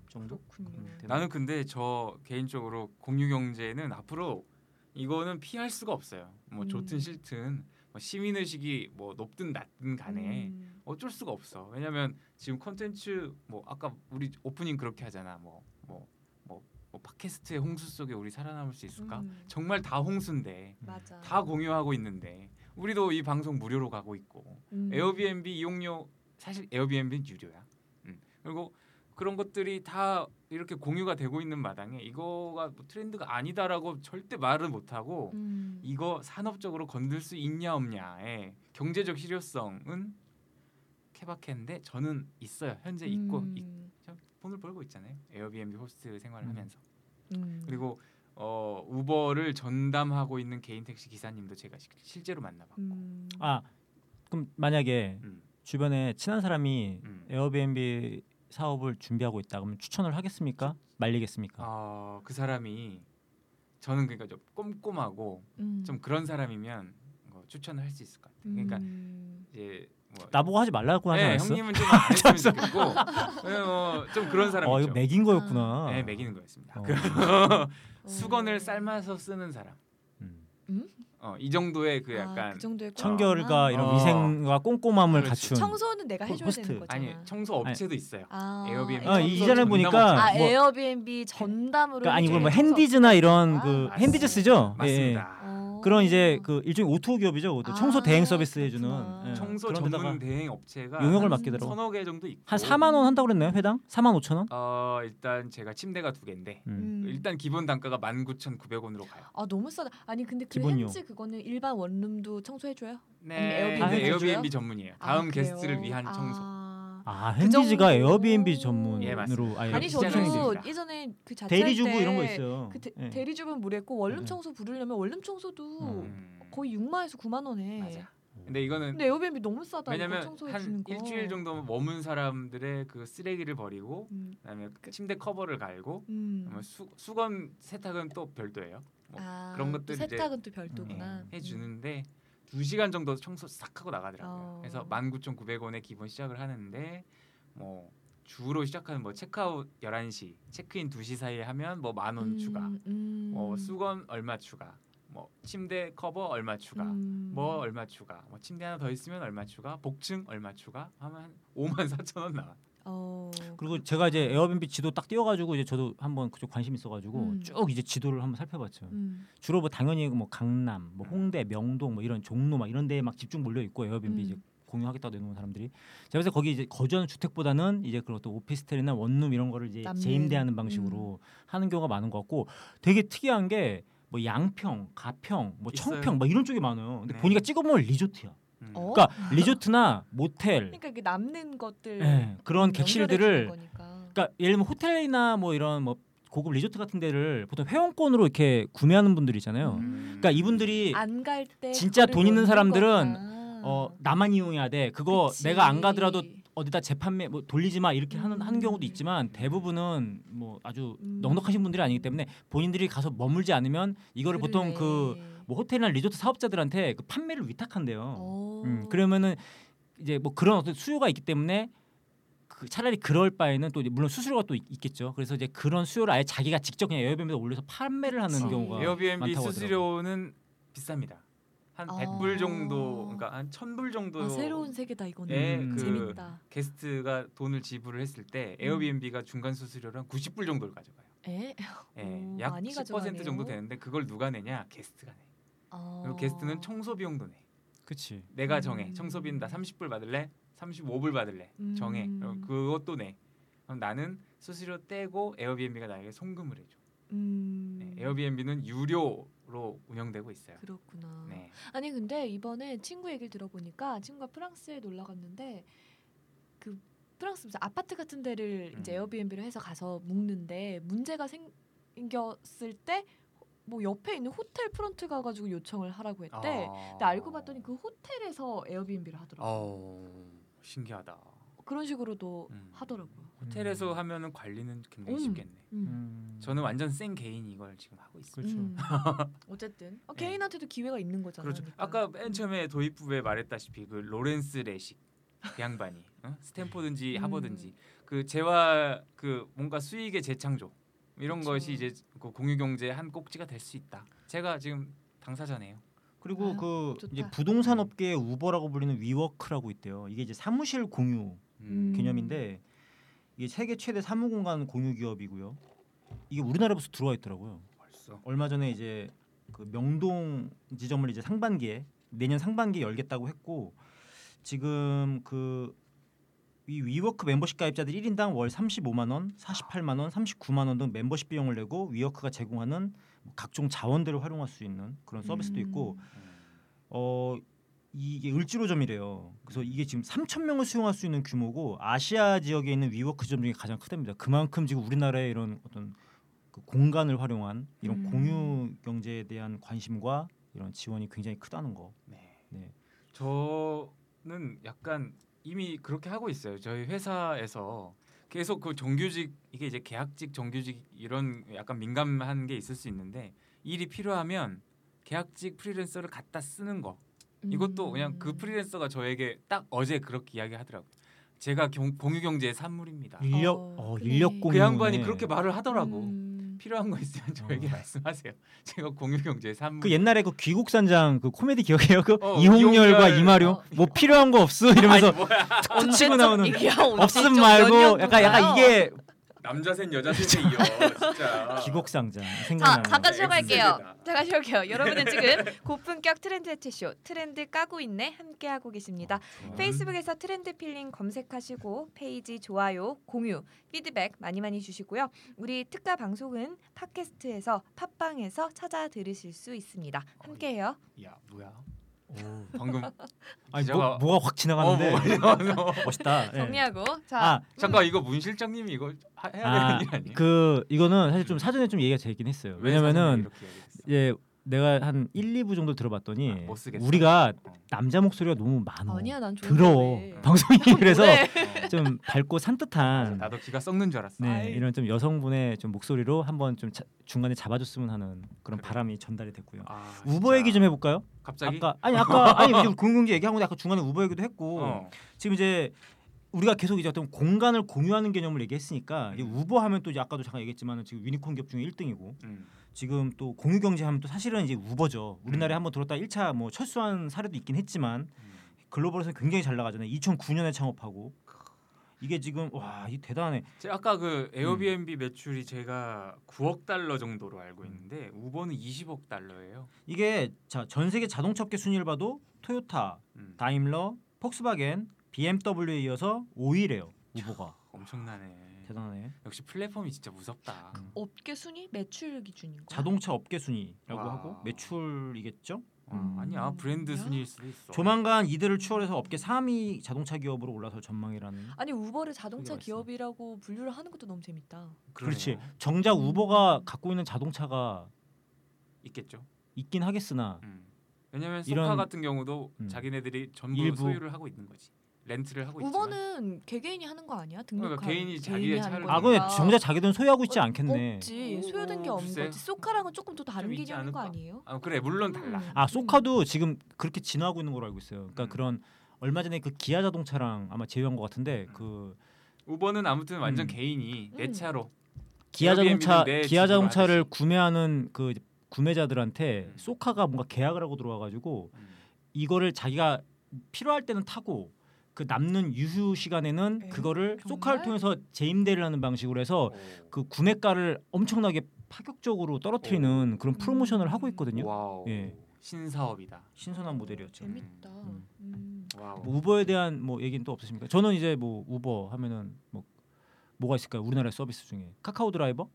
Speaker 1: 정도.
Speaker 3: 그렇군요.
Speaker 1: 음, 되나?
Speaker 2: 나는 근데 저 개인적으로 공유 경제는 앞으로 이거는 피할 수가 없어요. 뭐
Speaker 3: 음.
Speaker 2: 좋든 싫든 뭐 시민 의식이 뭐 높든 낮든 간에
Speaker 3: 음.
Speaker 2: 어쩔 수가 없어. 왜냐면 지금 컨텐츠 뭐 아까 우리 오프닝 그렇게 하잖아. 뭐 뭐 뭐 뭐 팟캐스트의 홍수 속에 우리 살아남을 수 있을까?
Speaker 3: 음.
Speaker 2: 정말 다 홍수인데
Speaker 3: 맞아.
Speaker 2: 다 공유하고 있는데 우리도 이 방송 무료로 가고 있고
Speaker 3: 음.
Speaker 2: 에어비앤비 이용료 사실 에어비앤비는 유료야. 음. 그리고 그런 것들이 다 이렇게 공유가 되고 있는 마당에 이거가 뭐 트렌드가 아니다라고 절대 말을 못 하고
Speaker 3: 음.
Speaker 2: 이거 산업적으로 건들 수 있냐 없냐의 경제적 실효성은 케바케인데 저는 있어요. 현재 있고
Speaker 3: 음.
Speaker 2: 있- 저 돈을 벌고 있잖아요. 에어비앤비 호스트 생활을
Speaker 1: 음.
Speaker 2: 하면서
Speaker 3: 음.
Speaker 2: 그리고 어, 우버를 전담하고 있는 개인 택시 기사님도 제가 시- 실제로 만나봤고
Speaker 3: 음.
Speaker 1: 아 그럼 만약에
Speaker 2: 음,
Speaker 1: 주변에 친한 사람이
Speaker 2: 음.
Speaker 1: 에어비앤비 사업을 준비하고 있다 그러면 추천을 하겠습니까? 말리겠습니까?
Speaker 2: 어, 그 사람이 저는 그러니까 좀 꼼꼼하고
Speaker 3: 음.
Speaker 2: 좀 그런 사람이면 뭐 추천을 할 수 있을 것 같아요. 그러니까
Speaker 3: 음.
Speaker 2: 이제 뭐
Speaker 1: 나보고 하지 말라고 하지
Speaker 2: 네,
Speaker 1: 않았어?
Speaker 2: 형님은 좀 안 했으면 좋겠고 네, 어, 좀 그런
Speaker 1: 어
Speaker 2: 사람이죠.
Speaker 1: 이거 매긴 거였구나.
Speaker 2: 네, 매기는 거였습니다.
Speaker 1: 어.
Speaker 2: 그
Speaker 3: 어.
Speaker 2: 수건을 삶아서 쓰는 사람.
Speaker 1: 음.
Speaker 2: 어, 이 정도의 그
Speaker 3: 아,
Speaker 2: 약간
Speaker 3: 그 정도의
Speaker 1: 청결과 이런
Speaker 2: 어.
Speaker 1: 위생과 꼼꼼함을
Speaker 2: 그렇지.
Speaker 1: 갖춘.
Speaker 3: 청소는 내가 해줘야
Speaker 1: 호스트.
Speaker 3: 되는 거잖아.
Speaker 2: 아니 청소 업체도 있어요.
Speaker 3: 아,
Speaker 2: 에어비앤비.
Speaker 1: 아, 이-
Speaker 3: 청소
Speaker 1: 이전에
Speaker 2: 전담
Speaker 1: 보니까
Speaker 3: 아
Speaker 1: 뭐-
Speaker 3: 에어비앤비 전담으로
Speaker 1: 그러니까 아니
Speaker 3: 해주는
Speaker 1: 그뭐
Speaker 3: 청소.
Speaker 1: 핸디즈나 이런
Speaker 3: 아,
Speaker 1: 그
Speaker 2: 맞습니다.
Speaker 1: 핸디즈 쓰죠? 예, 예.
Speaker 2: 맞습니다.
Speaker 3: 어.
Speaker 1: 그런 이제 그 일종의 오토 기업이죠. 그것도 청소
Speaker 3: 아,
Speaker 1: 대행 서비스
Speaker 3: 그렇구나.
Speaker 1: 해주는 예,
Speaker 2: 청소
Speaker 1: 그런 데다가
Speaker 2: 전문 대행 업체가
Speaker 1: 용역을
Speaker 2: 한
Speaker 1: 맡기더라고.
Speaker 2: 서너 개 정도 있고
Speaker 1: 한 4만 원 한다고 그랬나요? 회당? 4만 5천 원?
Speaker 2: 어, 일단 제가 침대가 두 개인데
Speaker 1: 음.
Speaker 3: 음.
Speaker 2: 일단 기본 단가가 19,900원으로 가요.
Speaker 3: 아 너무 싸다. 아니 근데 그
Speaker 1: 기본요.
Speaker 3: 핸즈 그거는 일반 원룸도 청소해줘요?
Speaker 2: 네.
Speaker 3: 아니면
Speaker 2: 근데
Speaker 1: 에어비앤비
Speaker 2: 에어비앤비
Speaker 3: 해줘요?
Speaker 2: 전문이에요.
Speaker 3: 아,
Speaker 2: 다음
Speaker 3: 그래요?
Speaker 2: 게스트를 위한 청소.
Speaker 3: 아,
Speaker 1: 아,
Speaker 3: 그
Speaker 1: 핸디즈가
Speaker 3: 정도?
Speaker 1: 에어비앤비
Speaker 2: 예,
Speaker 1: 전문으로
Speaker 2: 맞습니다.
Speaker 1: 아예
Speaker 3: 아니
Speaker 2: 시장에
Speaker 1: 시작이
Speaker 3: 저도
Speaker 1: 돼
Speaker 2: 있습니다.
Speaker 3: 예전에 그 자취할
Speaker 1: 네, 대리주부
Speaker 3: 때
Speaker 1: 이런 거 있어요.
Speaker 3: 그 대,
Speaker 1: 예.
Speaker 3: 대리주부는 무료했고 원룸
Speaker 1: 네.
Speaker 3: 청소 부르려면 원룸 청소도
Speaker 2: 음.
Speaker 3: 거의 6만에서 9만 원에.
Speaker 2: 맞아. 근데 이거는
Speaker 3: 근데 에어비앤비 너무 싸다. 이거
Speaker 2: 왜냐면
Speaker 3: 청소해
Speaker 2: 한
Speaker 3: 주는 거.
Speaker 2: 일주일 정도 머문 사람들의 그 쓰레기를 버리고
Speaker 3: 음.
Speaker 2: 그다음에 침대 커버를 갈고
Speaker 3: 음.
Speaker 2: 뭐 수, 수건 세탁은 또 별도예요. 뭐
Speaker 3: 아,
Speaker 2: 그런
Speaker 3: 또
Speaker 2: 것들이 이제-
Speaker 3: 세탁은 또 별도구나.
Speaker 1: 음,
Speaker 2: 해 주는데 두 시간 정도 청소 싹 하고 나가더라고요.
Speaker 3: 어.
Speaker 2: 그래서 19,900원에 기본 시작을 하는데 뭐 주로 시작하는 뭐 체크아웃 11시, 체크인 2시 사이에 하면 뭐 만 원 추가,
Speaker 3: 음.
Speaker 2: 뭐 수건 얼마 추가, 뭐 침대 커버 얼마 추가,
Speaker 3: 음.
Speaker 2: 뭐 얼마 추가, 뭐 침대 하나 더 있으면 얼마 추가, 복층 얼마 추가 하면 5만 4천 원 나와.
Speaker 3: 어.
Speaker 1: 그리고 제가 이제 에어비앤비 지도 딱 띄워가지고 이제 저도 한번 그쪽 관심 있어가지고
Speaker 3: 음.
Speaker 1: 쭉 이제 지도를 한번 살펴봤죠.
Speaker 3: 음.
Speaker 1: 주로 뭐 당연히 뭐 강남, 뭐 홍대, 명동, 뭐 이런 종로 막 이런 데에 막 집중 몰려 있고 에어비앤비
Speaker 3: 음.
Speaker 1: 이제 공유하겠다고 내놓은 사람들이 제가 그래서 거기 이제 거주하는 주택보다는 이제 그런 어떤 오피스텔이나 원룸 이런 거를 이제
Speaker 3: 남는. 음.
Speaker 1: 재임대하는 방식으로 하는 경우가 많은 것 같고 되게 특이한 게 뭐 양평, 가평, 뭐
Speaker 2: 있어요.
Speaker 1: 청평 막 이런 쪽이 많아요. 근데
Speaker 2: 네.
Speaker 1: 보니까 찍어보면 리조트야.
Speaker 2: 음.
Speaker 3: 어?
Speaker 1: 그러니까 리조트나 모텔
Speaker 3: 그러니까 이게 남는 것들
Speaker 2: 네.
Speaker 1: 예, 그런
Speaker 3: 연결해
Speaker 1: 객실들을
Speaker 3: 주는 거니까.
Speaker 1: 그러니까 예를 들면 호텔이나 뭐 이런 뭐 고급 리조트 같은 데를 보통 회원권으로 이렇게 구매하는 분들이 있잖아요.
Speaker 3: 음.
Speaker 1: 그러니까 이분들이
Speaker 3: 안 갈 때
Speaker 1: 진짜
Speaker 3: 그거를
Speaker 1: 돈 있는
Speaker 3: 넣는
Speaker 1: 사람들은
Speaker 3: 거구나.
Speaker 1: 어 나만 이용해야 돼. 그거
Speaker 3: 음. 그치.
Speaker 1: 내가 안 가더라도 어디다 재판매 뭐 돌리지 마 이렇게 하는 하는 경우도
Speaker 3: 음.
Speaker 1: 있지만 대부분은 뭐 아주
Speaker 3: 음.
Speaker 1: 넉넉하신 분들이 아니기 때문에 본인들이 가서 머물지 않으면 이거를 보통 그 뭐
Speaker 3: 그러네.
Speaker 1: 호텔이나 리조트 사업자들한테 그 판매를 위탁한대요.
Speaker 3: 어.
Speaker 1: 음, 그러면은 이제 뭐 그런 어떤 수요가 있기 때문에 그 차라리 그럴 바에는 또 이제 물론 수수료가 또 있- 있겠죠. 그래서 이제 그런 수요를 아예 자기가 직접 그냥 에어비앤비에 올려서 판매를 하는
Speaker 3: 그치.
Speaker 1: 경우가
Speaker 2: 뭐 에어비앤비
Speaker 1: 많다고 하더라고요.
Speaker 2: 수수료는 비쌉니다. 한
Speaker 3: 아.
Speaker 2: 100불 정도, 그러니까 한 1000불 정도
Speaker 3: 아, 새로운 세계다 이거는
Speaker 2: 예,
Speaker 1: 음.
Speaker 2: 그
Speaker 3: 재밌다.
Speaker 2: 게스트가 돈을 지불을 했을 때
Speaker 3: 음.
Speaker 2: 에어비앤비가 중간 수수료를 한 90불 정도를 가져가요.
Speaker 3: 예?
Speaker 2: 예,
Speaker 3: 오,
Speaker 2: 약
Speaker 3: 많이
Speaker 2: 10% 정도
Speaker 3: 가져가네요.
Speaker 2: 되는데 그걸 누가 내냐? 게스트가 내.
Speaker 3: 어.
Speaker 2: 그리고 게스트는 청소 비용도 내.
Speaker 1: 그치.
Speaker 2: 내가
Speaker 3: 음.
Speaker 2: 정해. 청소비는 나 30불 받을래? 35불 받을래?
Speaker 3: 음.
Speaker 2: 정해. 그럼 그것도 내. 그럼 나는 수수료 떼고 에어비앤비가 나에게 송금을 해줘.
Speaker 3: 음.
Speaker 2: 네, 에어비앤비는 유료로 로 운영되고 있어요.
Speaker 3: 그렇구나.
Speaker 2: 네.
Speaker 3: 아니 근데 이번에 친구 얘기를 들어보니까 친구가 프랑스에 놀러 갔는데 그 프랑스 무슨 아파트 같은 데를 이제
Speaker 2: 음.
Speaker 3: 에어비앤비로 해서 가서 묵는데 문제가 생겼을 때 뭐 옆에 있는 호텔 프런트 가가지고 요청을 하라고 했대. 아. 근데 알고 봤더니 그 호텔에서 에어비앤비를 하더라고. 요
Speaker 2: 아. 어, 신기하다.
Speaker 3: 그런 식으로도
Speaker 2: 음.
Speaker 3: 하더라고요.
Speaker 2: 호텔에서
Speaker 1: 음.
Speaker 2: 하면은 관리는 굉장히
Speaker 3: 음.
Speaker 2: 쉽겠네.
Speaker 3: 음.
Speaker 1: 음.
Speaker 2: 저는 완전 센 개인이 이걸 지금 하고 있어요.
Speaker 1: 그렇죠.
Speaker 3: 음. 어쨌든 어,
Speaker 2: 네.
Speaker 3: 개인한테도 기회가 있는 거잖아요. 그러니까.
Speaker 2: 그렇죠. 아까 맨 처음에 도입부에 말했다시피 그 로렌스 레식 그 양반이 어? 스탠포든지
Speaker 3: 음.
Speaker 2: 하버든지 그 재화 그 뭔가 수익의 재창조 이런
Speaker 3: 그쵸.
Speaker 2: 것이 이제 그 공유 경제 한 꼭지가 될 수 있다. 제가 지금 당사자네요.
Speaker 1: 그리고
Speaker 3: 아유,
Speaker 1: 그
Speaker 3: 좋다.
Speaker 1: 이제 부동산 업계의 우버라고 불리는 위워크라고 있대요. 이게 이제 사무실 공유
Speaker 3: 음.
Speaker 1: 개념인데 이게 세계 최대 사무 공간 공유 기업이고요. 이게 우리나라에서 들어와 있더라고요.
Speaker 2: 벌써.
Speaker 1: 얼마 전에 이제 그 명동 지점을 이제 상반기에 내년 상반기에 열겠다고 했고 지금 그 이 위워크 멤버십 가입자들 1인당 월 35만 원, 48만 원, 39만 원 등 멤버십 비용을 내고 위워크가 제공하는 각종 자원들을 활용할 수 있는 그런
Speaker 3: 음.
Speaker 1: 서비스도 있고
Speaker 2: 음.
Speaker 1: 어 이게 을지로점이래요. 그래서 이게 지금 3천 명을 수용할 수 있는 규모고 아시아 지역에 있는 위워크점 중에 가장 크답니다. 그만큼 지금 우리나라의 이런 어떤 그 공간을 활용한 이런
Speaker 3: 음.
Speaker 1: 공유 경제에 대한 관심과 이런 지원이 굉장히 크다는 거.
Speaker 2: 네.
Speaker 1: 네.
Speaker 2: 저는 약간 이미 그렇게 하고 있어요. 저희 회사에서 계속 그 정규직 이게 이제 계약직 정규직 이런 약간 민감한 게 있을 수 있는데 일이 필요하면 계약직 프리랜서를 갖다 쓰는 거
Speaker 3: 음.
Speaker 2: 이것도 그냥 그 프리랜서가 저에게 딱 어제 그렇게 이야기하더라고요. 제가 경, 공유 경제의 산물입니다.
Speaker 1: 인력
Speaker 3: 어,
Speaker 1: 어,
Speaker 3: 그래.
Speaker 1: 인력 공유.
Speaker 2: 아, 그 양반이 그렇게 말을 하더라고.
Speaker 3: 음.
Speaker 2: 필요한 거 있으면 저에게
Speaker 1: 어.
Speaker 2: 말씀하세요. 제가 공유 경제의 산물.
Speaker 1: 그 옛날에 그 귀국산장 그 코미디 기억해요? 그
Speaker 2: 어,
Speaker 1: 이홍렬과
Speaker 2: 이홍렬.
Speaker 1: 이마룡
Speaker 3: 어.
Speaker 1: 뭐 필요한 거 없어 이러면서
Speaker 2: 아니, 뭐야.
Speaker 1: 툭툭 치고 나오는
Speaker 3: 이게
Speaker 1: 없음 말고 약간 약간 이게
Speaker 2: 남자 셋 여자 셋이 이어
Speaker 1: 아.
Speaker 2: 진짜.
Speaker 1: 귀국산장
Speaker 4: 자,
Speaker 1: 생각나는.
Speaker 4: 잠깐 쉬어갈게요.
Speaker 2: 엑스세대다.
Speaker 4: 잠깐 쉬어갈게요. 여러분은 지금 고품격 트렌드 해체쇼 트렌드 까고 있네 함께 하고 계십니다.
Speaker 3: 음.
Speaker 4: 페이스북에서 트렌드 필링 검색하시고 페이지 좋아요, 공유, 피드백 많이 많이 주시고요. 우리 특가 방송은 팟캐스트에서 팟빵에서 찾아 들으실 수 있습니다. 함께해요.
Speaker 1: 어,
Speaker 2: 야 뭐야?
Speaker 1: 오.
Speaker 2: 방금
Speaker 1: 아니
Speaker 2: 기자가-
Speaker 1: 뭐, 뭐가 확 지나갔는데
Speaker 2: 어, 뭐, 뭐, 뭐.
Speaker 1: 멋있다. 예.
Speaker 4: 정리하고 자
Speaker 1: 아,
Speaker 2: 잠깐 이거 문 실장님이 이거 하- 해야
Speaker 1: 아,
Speaker 2: 되는 일 아니에요?
Speaker 1: 그 이거는 사실 좀 사전에 좀 얘기가 되긴 했어요.
Speaker 2: 왜
Speaker 1: 왜냐면은
Speaker 2: 사전에 이렇게 얘기했어?
Speaker 1: 이제 내가 한 1, 2부 정도 들어봤더니
Speaker 2: 아, 못 쓰겠어.
Speaker 1: 우리가
Speaker 2: 어.
Speaker 1: 남자 목소리가 너무 많아.
Speaker 3: 아니야 난 좋은데
Speaker 1: 더러워.
Speaker 3: 왜.
Speaker 1: 방송이 그래서
Speaker 3: 뭐래.
Speaker 2: 어.
Speaker 1: 좀 밝고 산뜻한
Speaker 2: 나도 귀가 썩는 줄 알았어.
Speaker 1: 어. 네,
Speaker 3: 아이.
Speaker 1: 이런 좀 여성분의 좀 목소리로 한번 좀 자- 중간에 잡아줬으면 하는 그런
Speaker 2: 그래.
Speaker 1: 바람이 전달이 됐고요.
Speaker 2: 아,
Speaker 1: 우버
Speaker 2: 진짜.
Speaker 1: 얘기 좀 해볼까요?
Speaker 2: 갑자기
Speaker 1: 아까 아니 아까 아니 우리 공공지 얘기한 건데 아까 중간에 우버 얘기도 했고
Speaker 2: 어.
Speaker 1: 지금 이제 우리가 계속 이제 어떤 공간을 공유하는 개념을 얘기했으니까 이 우버 하면 또 이제 아까도 잠깐 얘기했지만 지금 유니콘 기업 중에 1등이고
Speaker 2: 음.
Speaker 1: 지금 또 공유 경제 하면 또 사실은 이제 우버죠. 우리나라에
Speaker 2: 음.
Speaker 1: 한번 들었다 1차 뭐 철수한 사례도 있긴 했지만
Speaker 2: 음.
Speaker 1: 글로벌에서는 굉장히 잘 나가잖아요. 2009년에 창업하고 이게 지금 와, 이 대단해.
Speaker 2: 제가 아까 그 에어비앤비 매출이 제가 9억 달러 정도로
Speaker 1: 음.
Speaker 2: 알고 있는데 우버는 20억 달러예요.
Speaker 1: 이게 자, 전 세계 자동차 업계 순위를 봐도 토요타,
Speaker 2: 음.
Speaker 1: 다임러, 폭스바겐, BMW에 이어서 5위래요. 우버가
Speaker 2: 엄청나네.
Speaker 1: 대단해.
Speaker 2: 역시 플랫폼이 진짜 무섭다.
Speaker 1: 음.
Speaker 3: 업계 순위 매출 기준인 거야.
Speaker 1: 자동차 업계 순위라고
Speaker 2: 와.
Speaker 1: 하고 매출이겠죠?
Speaker 2: 어, 아니야 브랜드
Speaker 3: 음. 야.
Speaker 2: 순위일 수도 있어.
Speaker 1: 조만간 이들을 추월해서 업계 3위 자동차 기업으로 올라설 전망이라는.
Speaker 3: 아니 우버를 자동차
Speaker 1: 그게 맛있어.
Speaker 3: 기업이라고 분류를 하는 것도 너무 재밌다.
Speaker 2: 그러네요. 음.
Speaker 1: 그렇지. 정작 우버가 갖고 있는 자동차가
Speaker 2: 있겠죠.
Speaker 1: 있긴 하겠으나
Speaker 2: 음. 왜냐면 소파
Speaker 1: 이런-
Speaker 2: 같은 경우도
Speaker 1: 음.
Speaker 2: 자기네들이 전부
Speaker 1: 일부-
Speaker 2: 소유를 하고 있는 거지. 렌트를 하고 뭐 있지만
Speaker 3: 우버는 개개인이 하는 거 아니야? 등록한
Speaker 2: 그러니까 개인이 자기의 차를
Speaker 1: 아 근데 정작 자기들은 소유하고 있지 않겠네.
Speaker 3: 없지
Speaker 2: 오,
Speaker 3: 소유된 게 없는
Speaker 2: 글쎄.
Speaker 3: 거지. 소카랑은 조금 또 다른
Speaker 2: 좀 있지
Speaker 3: 개념인 거
Speaker 2: 않을까?
Speaker 3: 아니에요?
Speaker 2: 아 그래 물론 달라.
Speaker 3: 음.
Speaker 1: 아 소카도 지금 그렇게 진화하고 있는 걸로 알고 있어요. 그러니까
Speaker 2: 음.
Speaker 1: 그런 얼마 전에 그 기아 자동차랑 아마 제휴한 것 같은데
Speaker 2: 음.
Speaker 1: 그
Speaker 2: 우버는 아무튼 완전
Speaker 1: 음.
Speaker 2: 개인이 내
Speaker 3: 음.
Speaker 2: 차로
Speaker 1: 기아 자동차
Speaker 2: 에어비앤비는 내
Speaker 1: 기아
Speaker 2: 집으로
Speaker 1: 자동차를
Speaker 2: 하듯이.
Speaker 1: 구매하는 그 구매자들한테
Speaker 2: 음.
Speaker 1: 소카가 뭔가 계약을 하고 들어와가지고
Speaker 2: 음.
Speaker 1: 이거를 자기가 필요할 때는 타고 그 남는 유휴 시간에는
Speaker 3: 에?
Speaker 1: 그거를
Speaker 3: 네, 정말?
Speaker 1: 소카를 통해서 재임대를 하는 방식으로 해서
Speaker 2: 오.
Speaker 1: 그 구매가를 엄청나게 파격적으로 떨어뜨리는 그런 프로모션을
Speaker 3: 음.
Speaker 1: 하고 있거든요.
Speaker 2: 와우.
Speaker 1: 예.
Speaker 2: 신사업이다.
Speaker 1: 신선한 모델이었죠.
Speaker 3: 재밌다.
Speaker 1: 음.
Speaker 3: 음.
Speaker 2: 와우.
Speaker 1: 뭐 우버에 대한 뭐 얘기는 또 없으십니까? 저는 이제 뭐 우버 하면은 뭐 뭐가 있을까요? 우리나라의 서비스 중에 카카오 드라이버?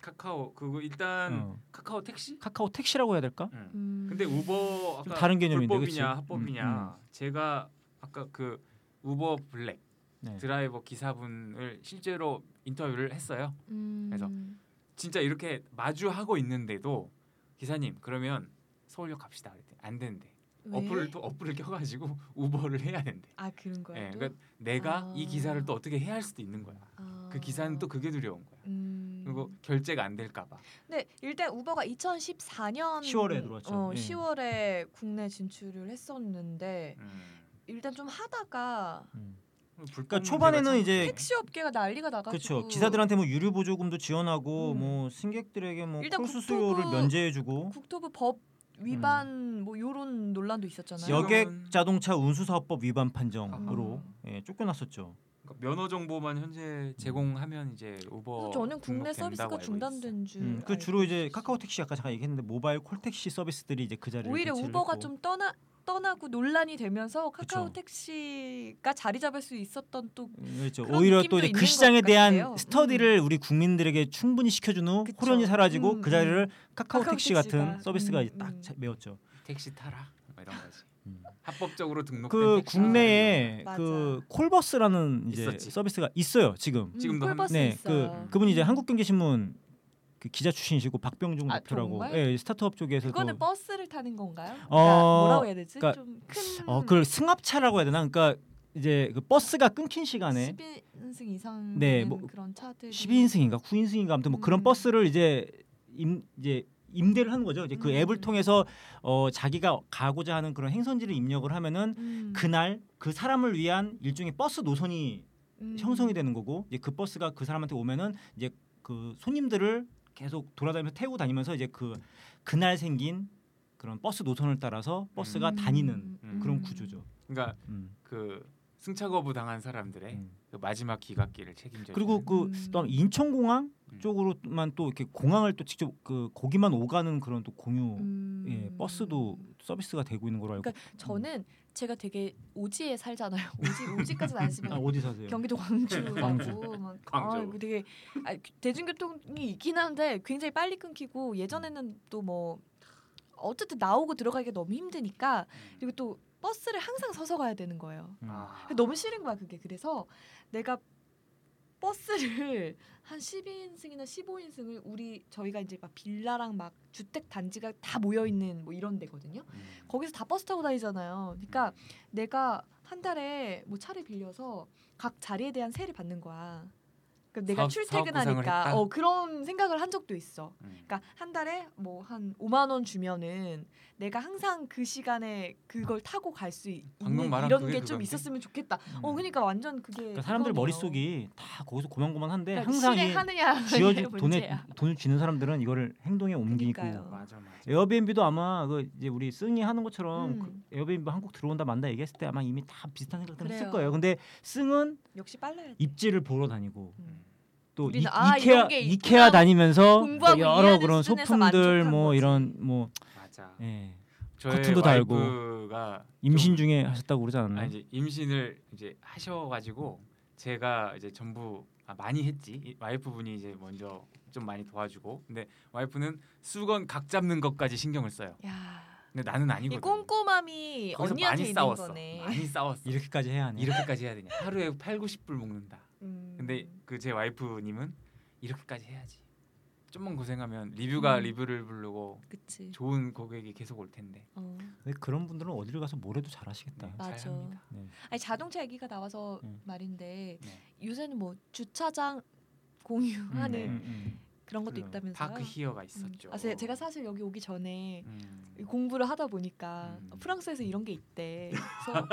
Speaker 2: 카카오 그거 일단
Speaker 1: 어.
Speaker 2: 카카오 택시?
Speaker 1: 카카오 택시라고 해야 될까?
Speaker 2: 응.
Speaker 3: 음.
Speaker 2: 근데 우버
Speaker 1: 좀
Speaker 2: 아까
Speaker 1: 다른 개념인데, 그치? 음,
Speaker 2: 불법이냐 합법이냐 제가 아까 그 우버 블랙
Speaker 1: 네.
Speaker 2: 드라이버 기사분을 실제로 인터뷰를 했어요.
Speaker 3: 음.
Speaker 2: 그래서 진짜 이렇게 마주하고 있는데도 기사님 그러면 서울역 갑시다 그랬더니 안 된대.
Speaker 3: 왜?
Speaker 2: 어플을 또 어플을 껴가지고 우버를 해야 된대.
Speaker 3: 아 그런
Speaker 2: 예,
Speaker 3: 거예요. 또?
Speaker 2: 그러니까 내가
Speaker 3: 아.
Speaker 2: 이 기사를 또 어떻게 해야 할 수도 있는 거야.
Speaker 3: 아.
Speaker 2: 그 기사는 또 그게 두려운 거야.
Speaker 3: 음.
Speaker 2: 그리고 결제가 안 될까봐.
Speaker 3: 근데 일단 우버가 2014년
Speaker 1: 10월에 들어왔죠.
Speaker 3: 어,
Speaker 1: 예.
Speaker 3: 10월에 국내 진출을 했었는데
Speaker 2: 음.
Speaker 3: 일단 좀 하다가
Speaker 1: 음.
Speaker 2: 불법
Speaker 1: 그러니까 초반에는
Speaker 2: 문제가
Speaker 1: 이제
Speaker 2: 참-
Speaker 3: 택시 업계가 난리가 나가지고
Speaker 1: 그렇죠. 기사들한테 뭐 유류 보조금도 지원하고
Speaker 3: 음.
Speaker 1: 뭐 승객들에게 뭐
Speaker 3: 일단
Speaker 1: 콜수
Speaker 3: 국토부-
Speaker 1: 수요를 면제해주고
Speaker 3: 국토부 법 위반 뭐 요런 논란도 있었잖아요.
Speaker 2: 지역-
Speaker 1: 음. 여객 자동차 운수사업법 위반 판정으로
Speaker 3: 아.
Speaker 1: 예, 쫓겨났었죠.
Speaker 2: 그러니까 면허 정보만 현재 제공하면 이제 우버
Speaker 3: 그래서 저는 국내
Speaker 2: 등록된다고
Speaker 3: 서비스가
Speaker 2: 알고 있어요.
Speaker 3: 중단된 줄.
Speaker 1: 음, 그
Speaker 3: 알고
Speaker 1: 주로 이제
Speaker 3: 있어요.
Speaker 1: 카카오 택시 아까 잠깐 얘기했는데 모바일 콜택시 서비스들이 이제 그 자리를
Speaker 3: 오히려
Speaker 1: 대체를
Speaker 3: 우버가
Speaker 1: 했고.
Speaker 3: 좀 떠나 떠나고 논란이 되면서 카카오
Speaker 1: 그쵸.
Speaker 3: 택시가 자리 잡을 수 있었던 또
Speaker 1: 음, 그렇죠.
Speaker 3: 그런
Speaker 1: 오히려
Speaker 3: 느낌도
Speaker 1: 또 이제
Speaker 3: 있는
Speaker 1: 그 시장에
Speaker 3: 것
Speaker 1: 대한
Speaker 3: 같아요. 음.
Speaker 1: 스터디를 우리 국민들에게 충분히 시켜주는
Speaker 3: 그쵸.
Speaker 1: 호련이 사라지고
Speaker 3: 음,
Speaker 1: 그 자리를 카카오,
Speaker 3: 카카오
Speaker 1: 택시
Speaker 3: 택시가.
Speaker 1: 같은 서비스가
Speaker 3: 음,
Speaker 1: 이제 딱
Speaker 3: 음.
Speaker 1: 차- 메웠죠.
Speaker 2: 택시 타라 뭐 이런 거지.
Speaker 1: 음.
Speaker 2: 합법적으로 등록된
Speaker 1: 그
Speaker 2: 택시
Speaker 1: 국내에
Speaker 3: 맞아.
Speaker 1: 그 콜버스라는 이제
Speaker 2: 있었지.
Speaker 1: 서비스가 있어요 지금.
Speaker 3: 음,
Speaker 2: 지금도 한-
Speaker 3: 콜버스
Speaker 1: 네,
Speaker 3: 있어요.
Speaker 1: 그분이 이제 한국경제신문 그 기자 출신이시고 박병중
Speaker 3: 음. 아,
Speaker 1: 대표라고
Speaker 3: 정말?
Speaker 1: 예, 스타트업 쪽에서
Speaker 3: 그거는
Speaker 1: 또-
Speaker 3: 버스를 타는 건가요? 그러니까
Speaker 1: 어,
Speaker 3: 뭐라고 해야 되지?
Speaker 1: 그러니까-
Speaker 3: 좀큰
Speaker 1: 어 그걸 승합차라고 해야 되나? 그러니까 이제 그 버스가 끊긴 시간에
Speaker 3: 12인승 이상
Speaker 1: 네,
Speaker 3: 네,
Speaker 1: 뭐
Speaker 3: 그런 차들
Speaker 1: 12인승인가 9인승인가 아무튼 뭐 그런
Speaker 3: 음.
Speaker 1: 버스를 이제 임 이제 임대를 하는 거죠. 이제 그
Speaker 3: 음.
Speaker 1: 앱을 통해서 어 자기가 가고자 하는 그런 행선지를 입력을 하면은
Speaker 3: 음,
Speaker 1: 그날 그 사람을 위한 일종의 버스 노선이
Speaker 3: 음.
Speaker 1: 형성이 되는 거고 이제 그 버스가 그 사람한테 오면은 이제 그 손님들을 계속 돌아다니면서 태우고 다니면서 이제 그 그날 생긴 그런 버스 노선을 따라서 버스가
Speaker 3: 음.
Speaker 1: 다니는
Speaker 3: 음.
Speaker 1: 그런 구조죠.
Speaker 2: 그러니까
Speaker 1: 음.
Speaker 2: 그 승차 거부 당한
Speaker 3: 네.
Speaker 2: 사람들의
Speaker 1: 음.
Speaker 2: 그 마지막 기각기를 책임져.
Speaker 1: 그리고 그
Speaker 3: 음.
Speaker 1: 또 인천공항
Speaker 2: 음.
Speaker 1: 쪽으로만 또 이렇게 공항을 또 직접 그 거기만 오가는 그런 또 공유
Speaker 3: 음.
Speaker 1: 예, 버스도 서비스가 되고 있는 걸로 알고.
Speaker 3: 그러니까 저는 제가 되게 오지에 살잖아요. 오지 오지까지는
Speaker 1: 아,
Speaker 3: 아니지만
Speaker 1: 어디 사세요?
Speaker 3: 음.
Speaker 1: 네,
Speaker 3: 경기도 광주라고 막
Speaker 2: 광주.
Speaker 3: 아, 이거 되게 아, 대중교통이 있긴 한데 굉장히 빨리 끊기고 예전에는 또 뭐 어쨌든 나오고 들어가기가 너무 힘드니까 그리고 또 버스를 항상 서서 가야 되는 거예요.
Speaker 1: 음.
Speaker 2: 아.
Speaker 3: 너무 싫은 거야 그게 그래서 내가 버스를 한 12인승이나 15인승을 우리 저희가 이제 막 빌라랑 막 주택 단지가 다 모여 있는 뭐 이런 데거든요.
Speaker 2: 음.
Speaker 3: 거기서 다 버스 타고 다니잖아요. 그러니까 내가 한 달에 뭐 차를 빌려서 각 자리에 대한 세를 받는 거야. 그러니까 내가
Speaker 2: 사업- 사업 구상을
Speaker 3: 출퇴근하니까
Speaker 2: 했다?
Speaker 3: 어 그런 생각을 한 적도 있어.
Speaker 2: 음.
Speaker 3: 그러니까 한 달에 뭐 한 5만 원 주면은 내가 항상 그 시간에 그걸 타고 갈 수 있는
Speaker 2: 방금 말한
Speaker 3: 이런
Speaker 2: 그게
Speaker 3: 게 좀
Speaker 2: 그건데?
Speaker 3: 있었으면 좋겠다.
Speaker 1: 음.
Speaker 3: 어 그러니까 완전 그게
Speaker 1: 그러니까 사람들
Speaker 3: 그거네요.
Speaker 1: 머릿속이 다 거기서 고만고만한데
Speaker 3: 그러니까
Speaker 1: 항상 이
Speaker 3: 실행하느냐
Speaker 1: 쥐어지
Speaker 3: 이게
Speaker 1: 돈에
Speaker 3: 문제야.
Speaker 1: 돈을 쥐는 사람들은 이거를 행동에 옮기고
Speaker 3: 그러니까요.
Speaker 2: 음. 맞아 맞아.
Speaker 1: 예. 에어비앤비도 아마 그 이제 우리 승이 하는 것처럼
Speaker 3: 음.
Speaker 1: 그 에어비앤비 한국 들어온다 만다 얘기했을 때 아마 이미 다 비슷한 생각 때문에 했을
Speaker 3: 그래요.
Speaker 1: 거예요. 근데 승은
Speaker 3: 역시 빨라야 돼.
Speaker 1: 입지를 보러 다니고
Speaker 3: 음.
Speaker 1: 또 이,
Speaker 3: 우리는 아,
Speaker 1: 이케아
Speaker 3: 이런 게 있구나.
Speaker 1: 이케아 다니면서
Speaker 3: 공부하고
Speaker 1: 뭐 여러
Speaker 3: 이해하는
Speaker 1: 그런
Speaker 3: 수준에서
Speaker 1: 소품들 뭐
Speaker 3: 만족한
Speaker 1: 이런 뭐
Speaker 2: 맞아.
Speaker 1: 예.
Speaker 2: 저의
Speaker 1: 커튼도 달고.
Speaker 2: 와이프가
Speaker 1: 임신 중에 하셨다고 그러지
Speaker 2: 좀, 아,
Speaker 1: 않았나요?
Speaker 2: 이제 임신을 이제 하셔가지고 제가 이제 전부 아, 많이 했지 이 와이프분이 이제 먼저 좀 많이 도와주고 근데 와이프는 수건 각 잡는 것까지 신경을 써요.
Speaker 3: 야.
Speaker 2: 근데 나는
Speaker 3: 이
Speaker 2: 아니거든.
Speaker 3: 꼼꼼함이
Speaker 2: 거기서
Speaker 3: 언니한테
Speaker 2: 많이
Speaker 3: 있는
Speaker 2: 싸웠어.
Speaker 3: 거네.
Speaker 2: 많이 싸웠어.
Speaker 1: 이렇게까지 해야 하네.
Speaker 2: 이렇게까지 해야 되냐? 하루에 8, 90불 먹는다.
Speaker 3: 음.
Speaker 2: 근데 그 제 와이프님은 이렇게까지 해야지. 좀만 고생하면 리뷰가
Speaker 3: 음.
Speaker 2: 리뷰를 부르고
Speaker 3: 그치.
Speaker 2: 좋은 고객이 계속 올 텐데.
Speaker 3: 어.
Speaker 1: 근데 그런 분들은 어디를 가서 뭘 해도 잘하시겠다.
Speaker 3: 맞아.
Speaker 2: 잘합니다.
Speaker 1: 네.
Speaker 3: 아니 자동차 얘기가 나와서
Speaker 1: 음.
Speaker 3: 말인데
Speaker 2: 네.
Speaker 3: 요새는 뭐 주차장 공유하는
Speaker 1: 음,
Speaker 2: 네.
Speaker 3: 그런 것도
Speaker 1: 그럼
Speaker 3: 있다면서요.
Speaker 2: 파크 히어가
Speaker 3: 음.
Speaker 2: 있었죠.
Speaker 3: 아, 제, 제가 사실 여기 오기 전에
Speaker 2: 음.
Speaker 3: 공부를 하다 보니까
Speaker 2: 음.
Speaker 3: 프랑스에서 이런 게 있대. 그래서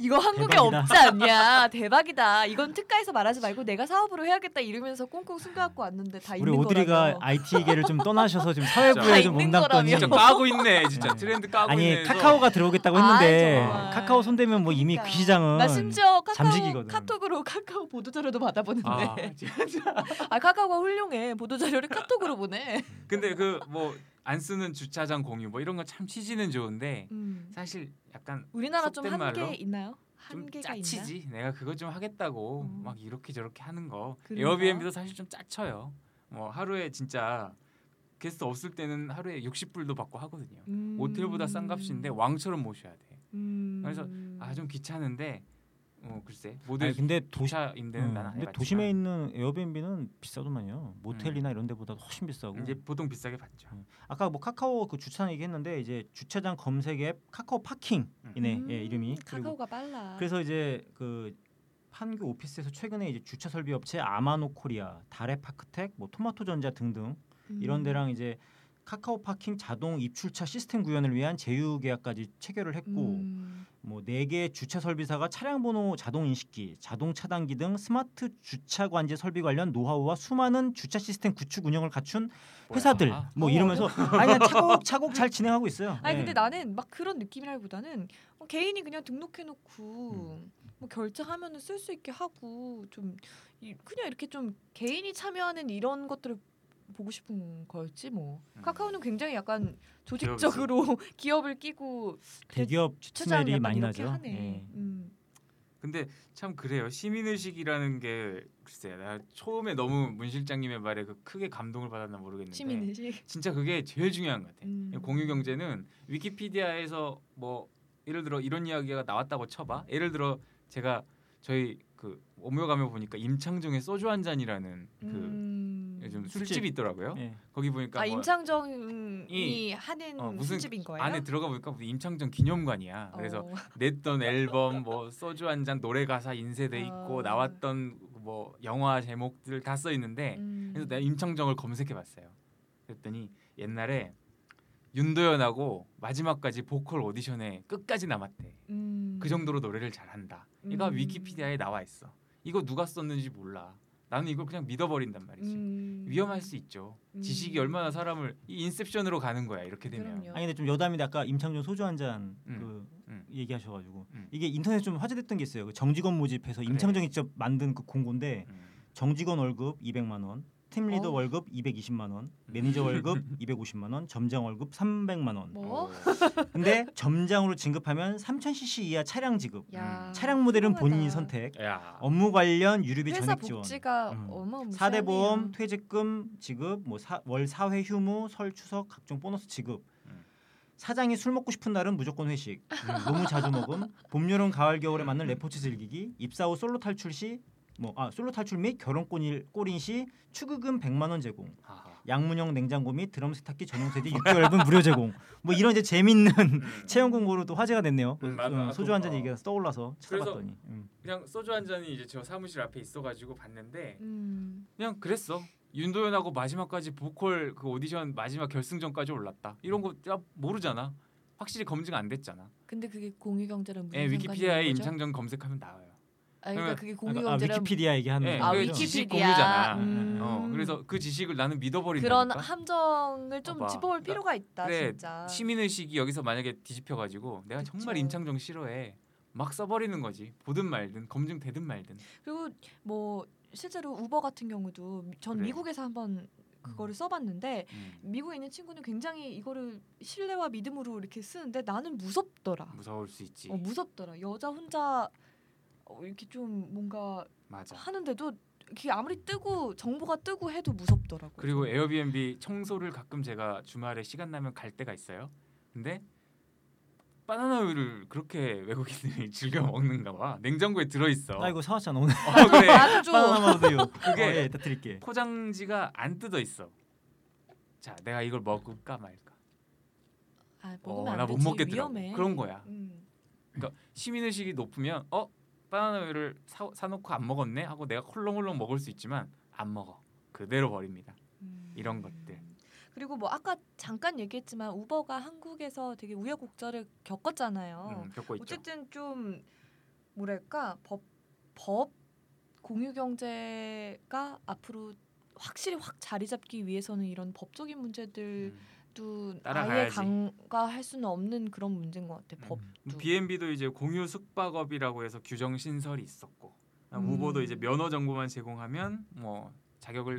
Speaker 3: 이거 한국에
Speaker 1: 대박이다.
Speaker 3: 없지 않냐? 대박이다. 이건 특가에서 말하지 말고 내가 사업으로 해야겠다 이러면서 꽁꽁 숨겨갖고 왔는데 다
Speaker 1: 우리
Speaker 3: 아, 있는
Speaker 1: 오드리가
Speaker 3: 거라며.
Speaker 1: IT계를 좀 떠나셔서 지금
Speaker 2: 다
Speaker 1: 사회부에 좀
Speaker 3: 있는
Speaker 1: 몸담더니
Speaker 3: 거라며.
Speaker 2: 진짜 까고 있네. 진짜
Speaker 1: 네.
Speaker 2: 트렌드 까고 있네.
Speaker 1: 아니
Speaker 2: 해서
Speaker 1: 카카오가 들어오겠다고
Speaker 3: 아,
Speaker 1: 했는데
Speaker 3: 정말.
Speaker 1: 카카오 손대면 뭐 이미 그
Speaker 3: 그러니까요.
Speaker 1: 시장은
Speaker 3: 나 심지어 카카오
Speaker 1: 잠식이거든.
Speaker 3: 카톡으로 카카오 보도 자료도 받아보는데
Speaker 2: 아,
Speaker 3: 아,
Speaker 2: 진짜.
Speaker 3: 카카오가 훌륭해 보도 자료를 카톡으로 보내.
Speaker 2: 근데 그 뭐 안 쓰는 주차장 공유 뭐 이런 건 참 취지는 좋은데
Speaker 3: 음.
Speaker 2: 사실 약간
Speaker 3: 우리나라 좀
Speaker 2: 속된 말로
Speaker 3: 한계 있나요?
Speaker 2: 좀
Speaker 3: 한계가 있나?
Speaker 2: 짜치지. 내가 그거 좀 하겠다고
Speaker 3: 음.
Speaker 2: 막 이렇게 저렇게 하는 거.
Speaker 3: 그런가?
Speaker 2: 에어비앤비도 사실 좀 짜쳐요. 뭐 하루에 진짜 게스트 없을 때는 하루에 60불도 받고 하거든요.
Speaker 3: 음.
Speaker 2: 호텔보다 싼 값인데 왕처럼 모셔야 돼.
Speaker 3: 음.
Speaker 2: 그래서 아 좀 귀찮은데 어 글쎄
Speaker 1: 아니,
Speaker 2: 모든
Speaker 1: 근데 도시
Speaker 2: 도시차 임대는
Speaker 1: 음,
Speaker 2: 나는 안
Speaker 1: 근데
Speaker 2: 해봤지만
Speaker 1: 도심에 있는 에어비앤비는 비싸더만요. 모텔이나 음. 이런 데보다 훨씬 비싸고.
Speaker 2: 이제 보통 비싸게 받죠.
Speaker 1: 아까 뭐 카카오 그 주차장 얘기했는데 이제 주차장 검색 앱 카카오 파킹이네
Speaker 4: 음,
Speaker 1: 예, 이름이. 그리고
Speaker 4: 카카오가 빨라.
Speaker 1: 그래서 이제 그 판교 오피스에서 최근에 이제 주차 설비 업체 아마노코리아, 다레파크텍, 뭐 토마토전자
Speaker 4: 음.
Speaker 1: 등등
Speaker 3: 음.
Speaker 1: 이런 데랑 이제 카카오 파킹 자동 입출차 시스템 구현을 위한 제휴 계약까지 체결을 했고
Speaker 3: 음.
Speaker 1: 뭐 네 개의 주차 설비사가 차량 번호 자동 인식기, 자동 차단기 등 스마트 주차 관제 설비 관련 노하우와 수많은 주차 시스템 구축 운영을 갖춘 회사들
Speaker 2: 뭐야? 아,
Speaker 1: 뭐
Speaker 4: 어,
Speaker 1: 이러면서 아니 그냥 차곡차곡 잘 진행하고 있어요.
Speaker 4: 아니
Speaker 1: 네.
Speaker 4: 근데 나는 막 그런 느낌이라기보다는 어, 개인이 그냥 등록해놓고
Speaker 2: 음.
Speaker 4: 뭐 결제하면은 쓸 수 있게 하고 좀 이- 그냥 이렇게 좀 개인이 참여하는 이런 것들을 보고 싶은 거였지 뭐
Speaker 2: 음.
Speaker 4: 카카오는 굉장히 약간 조직적으로 기업을 끼고
Speaker 1: 대기업
Speaker 4: 주차장
Speaker 1: 스멜이
Speaker 4: 약간
Speaker 1: 많이
Speaker 4: 이렇게
Speaker 1: 나죠.
Speaker 4: 하네.
Speaker 1: 예.
Speaker 4: 음.
Speaker 2: 근데 참 그래요. 시민의식이라는 게 글쎄 나 처음에 너무 문 실장님의 말에 그 크게 감동을 받았나 모르겠는데
Speaker 4: 시민의식.
Speaker 2: 진짜 그게 제일 중요한 것 같아.
Speaker 4: 음.
Speaker 2: 네. 공유 경제는 위키피디아에서 뭐 예를 들어 이런 이야기가 나왔다고 쳐봐. 예를 들어 제가 저희 그 오묘 가면 보니까 임창정의 소주 한 잔이라는 그
Speaker 4: 음.
Speaker 2: 요즘
Speaker 1: 술집.
Speaker 2: 술집이 있더라고요.
Speaker 1: 예.
Speaker 2: 거기 보니까
Speaker 4: 아
Speaker 2: 뭐
Speaker 4: 임창정이
Speaker 2: 이-
Speaker 4: 하는
Speaker 2: 어, 무슨
Speaker 4: 술집인 거예요?
Speaker 2: 안에 들어가 보니까 무슨 임창정 기념관이야. 그래서
Speaker 4: 어.
Speaker 2: 냈던 앨범 뭐 소주 한 잔 노래 가사 인쇄돼 있고
Speaker 4: 어.
Speaker 2: 나왔던 뭐 영화 제목들 다 써 있는데
Speaker 4: 음.
Speaker 2: 네. 그래서 내가 임창정을 검색해 봤어요. 그랬더니 옛날에 윤도현하고 마지막까지 보컬 오디션에 끝까지 남았대.
Speaker 4: 음.
Speaker 2: 그 정도로 노래를 잘한다. 얘가
Speaker 4: 음.
Speaker 2: 위키피디아에 나와 있어. 이거 누가 썼는지 몰라. 나는 이걸 그냥 믿어버린단 말이지.
Speaker 4: 음.
Speaker 2: 위험할 수 있죠.
Speaker 4: 음.
Speaker 2: 지식이 얼마나 사람을 이 인셉션으로 가는 거야 이렇게 되면.
Speaker 4: 그럼요.
Speaker 1: 아니 근데 좀 여담인데 아까 임창정 소주 한 잔 그
Speaker 2: 음.
Speaker 1: 얘기하셔가지고
Speaker 2: 음.
Speaker 1: 이게 인터넷 좀 화제됐던 게 있어요. 그 정직원 모집해서
Speaker 2: 그래.
Speaker 1: 임창정이 직접 만든 그 공고인데
Speaker 2: 음.
Speaker 1: 정직원 월급 200만 원, 팀 리더
Speaker 3: 어우.
Speaker 1: 월급 220만 원,
Speaker 2: 음.
Speaker 1: 매니저 월급 250만 원, 점장 월급 300만 원.
Speaker 3: 뭐?
Speaker 2: 어.
Speaker 1: 근데 점장으로 진급하면 3000cc 이하 차량 지급.
Speaker 2: 음.
Speaker 4: 야,
Speaker 1: 차량 모델은 본인이
Speaker 4: 아, 훌륭하다.
Speaker 1: 선택.
Speaker 2: 야.
Speaker 4: 어?
Speaker 1: 업무 관련 유류비
Speaker 4: 회사
Speaker 1: 전액 지원.
Speaker 4: 복지가
Speaker 1: 음.
Speaker 4: 어마어마해요.
Speaker 1: 사대 보험, 퇴직금 지급, 뭐월 사회 휴무, 설 추석 각종 보너스 지급.
Speaker 2: 음.
Speaker 1: 사장이 술 먹고 싶은 날은 무조건 회식. 음, 너무 자주 먹음. 봄, 여름, 가을, 겨울에 맞는 레포츠 즐기기. 입사 후 솔로 탈출 시, 뭐 아 솔로 탈출 및 결혼권일 꼴인 시 축의금 100만 원 제공.
Speaker 2: 아하.
Speaker 1: 양문형 냉장고 및 드럼 세탁기 전용 세제 6개월분 무료 제공. 뭐 이런 이제 재밌는
Speaker 2: 음.
Speaker 1: 채용 공고로 또 화제가 됐네요.
Speaker 2: 음, 맞아.
Speaker 1: 음, 소주 한 잔
Speaker 2: 그거.
Speaker 1: 얘기가 떠올라서
Speaker 2: 그래서-
Speaker 1: 찾아봤더니. 음.
Speaker 2: 그냥 소주 한 잔이 이제 저 사무실 앞에 있어가지고 봤는데
Speaker 4: 음.
Speaker 2: 그냥 그랬어. 윤도현하고 마지막까지 보컬 그 오디션 마지막 결승전까지 올랐다. 이런 거 내가 모르잖아. 확실히 검증 안 됐잖아.
Speaker 3: 근데 그게 공유 경제랑 무슨
Speaker 2: 예,
Speaker 3: 상관이
Speaker 2: 위키피디아에
Speaker 3: 있는 거죠?
Speaker 2: 임창정 검색하면 나와요.
Speaker 3: 아, 그러니까 그게 공유
Speaker 1: 아,
Speaker 3: 경제랑
Speaker 1: 위키피디아 얘기하는
Speaker 2: 예,
Speaker 3: 아,
Speaker 2: 그게
Speaker 1: 거죠?
Speaker 3: 위키피디아.
Speaker 2: 지식 공유잖아.
Speaker 1: 음.
Speaker 2: 어, 그래서 그 지식을 나는
Speaker 3: 그런
Speaker 2: 믿어버린다니까.
Speaker 3: 함정을 좀
Speaker 2: 봐봐. 그러니까 네,
Speaker 3: 짚어볼 필요가 있다
Speaker 2: 그래,
Speaker 3: 진짜.
Speaker 2: 시민의식이 여기서 만약에 뒤집혀가지고 내가
Speaker 4: 그쵸.
Speaker 2: 정말 임창정 싫어해. 막 써버리는 거지. 보든 말든 검증되든 말든.
Speaker 3: 그리고 뭐 실제로 우버 같은 경우도 미- 전
Speaker 2: 그래.
Speaker 3: 미국에서 한번 그거를 써봤는데
Speaker 2: 음,
Speaker 3: 미국에 있는 친구는 굉장히 이거를 신뢰와 믿음으로 이렇게 쓰는데 나는 무섭더라.
Speaker 2: 무서울 수 있지.
Speaker 3: 어, 무섭더라. 여자 혼자 어, 이렇게 좀 뭔가
Speaker 2: 맞아.
Speaker 3: 하는데도 이게 아무리 뜨고 정보가 뜨고 해도 무섭더라고.
Speaker 2: 그리고 에어비앤비 청소를 가끔 제가 주말에 시간 나면 갈 때가 있어요. 근데 바나나 우유를 그렇게 외국인들이 즐겨 먹는가 봐. 냉장고에 들어 있어.
Speaker 1: 나 이거 사왔잖아 오늘.
Speaker 2: 어, 그래.
Speaker 3: 아주
Speaker 1: 바나나마도요.
Speaker 2: 그게-
Speaker 1: 어, 예, 다 드릴게.
Speaker 2: 포장지가 안 뜯어 있어. 자, 내가 이걸 먹을까 말까.
Speaker 3: 아, 먹으면
Speaker 2: 어,
Speaker 3: 안
Speaker 2: 나 못
Speaker 3: 되지.
Speaker 2: 먹겠더라고.
Speaker 3: 위험해.
Speaker 2: 그런 거야.
Speaker 3: 음.
Speaker 2: 시민 의식이 높으면 어 바나나 우유를 사, 사놓고 안 먹었네 하고 내가 콜렁콜렁 먹을 수 있지만 안 먹어. 그대로 버립니다.
Speaker 3: 음.
Speaker 2: 이런 것들.
Speaker 3: 그리고 뭐 아까 잠깐 얘기했지만 우버가 한국에서 되게 우여곡절을 겪었잖아요.
Speaker 2: 음, 겪고
Speaker 3: 어.
Speaker 2: 있죠.
Speaker 3: 어쨌든 좀 뭐랄까 법, 법 공유 경제가 앞으로 확실히 확 자리 잡기 위해서는 이런 법적인 문제들도
Speaker 2: 음.
Speaker 3: 아예
Speaker 2: 따라가야지. 음.
Speaker 3: 강화할 수는 없는 그런 문제인 것 같아. 법.
Speaker 2: 뭐
Speaker 3: 또-
Speaker 2: B&B도 이제 공유 숙박업이라고 해서 규정 신설이 있었고
Speaker 3: 음.
Speaker 2: 우버도 이제 면허 정보만 제공하면 뭐 자격을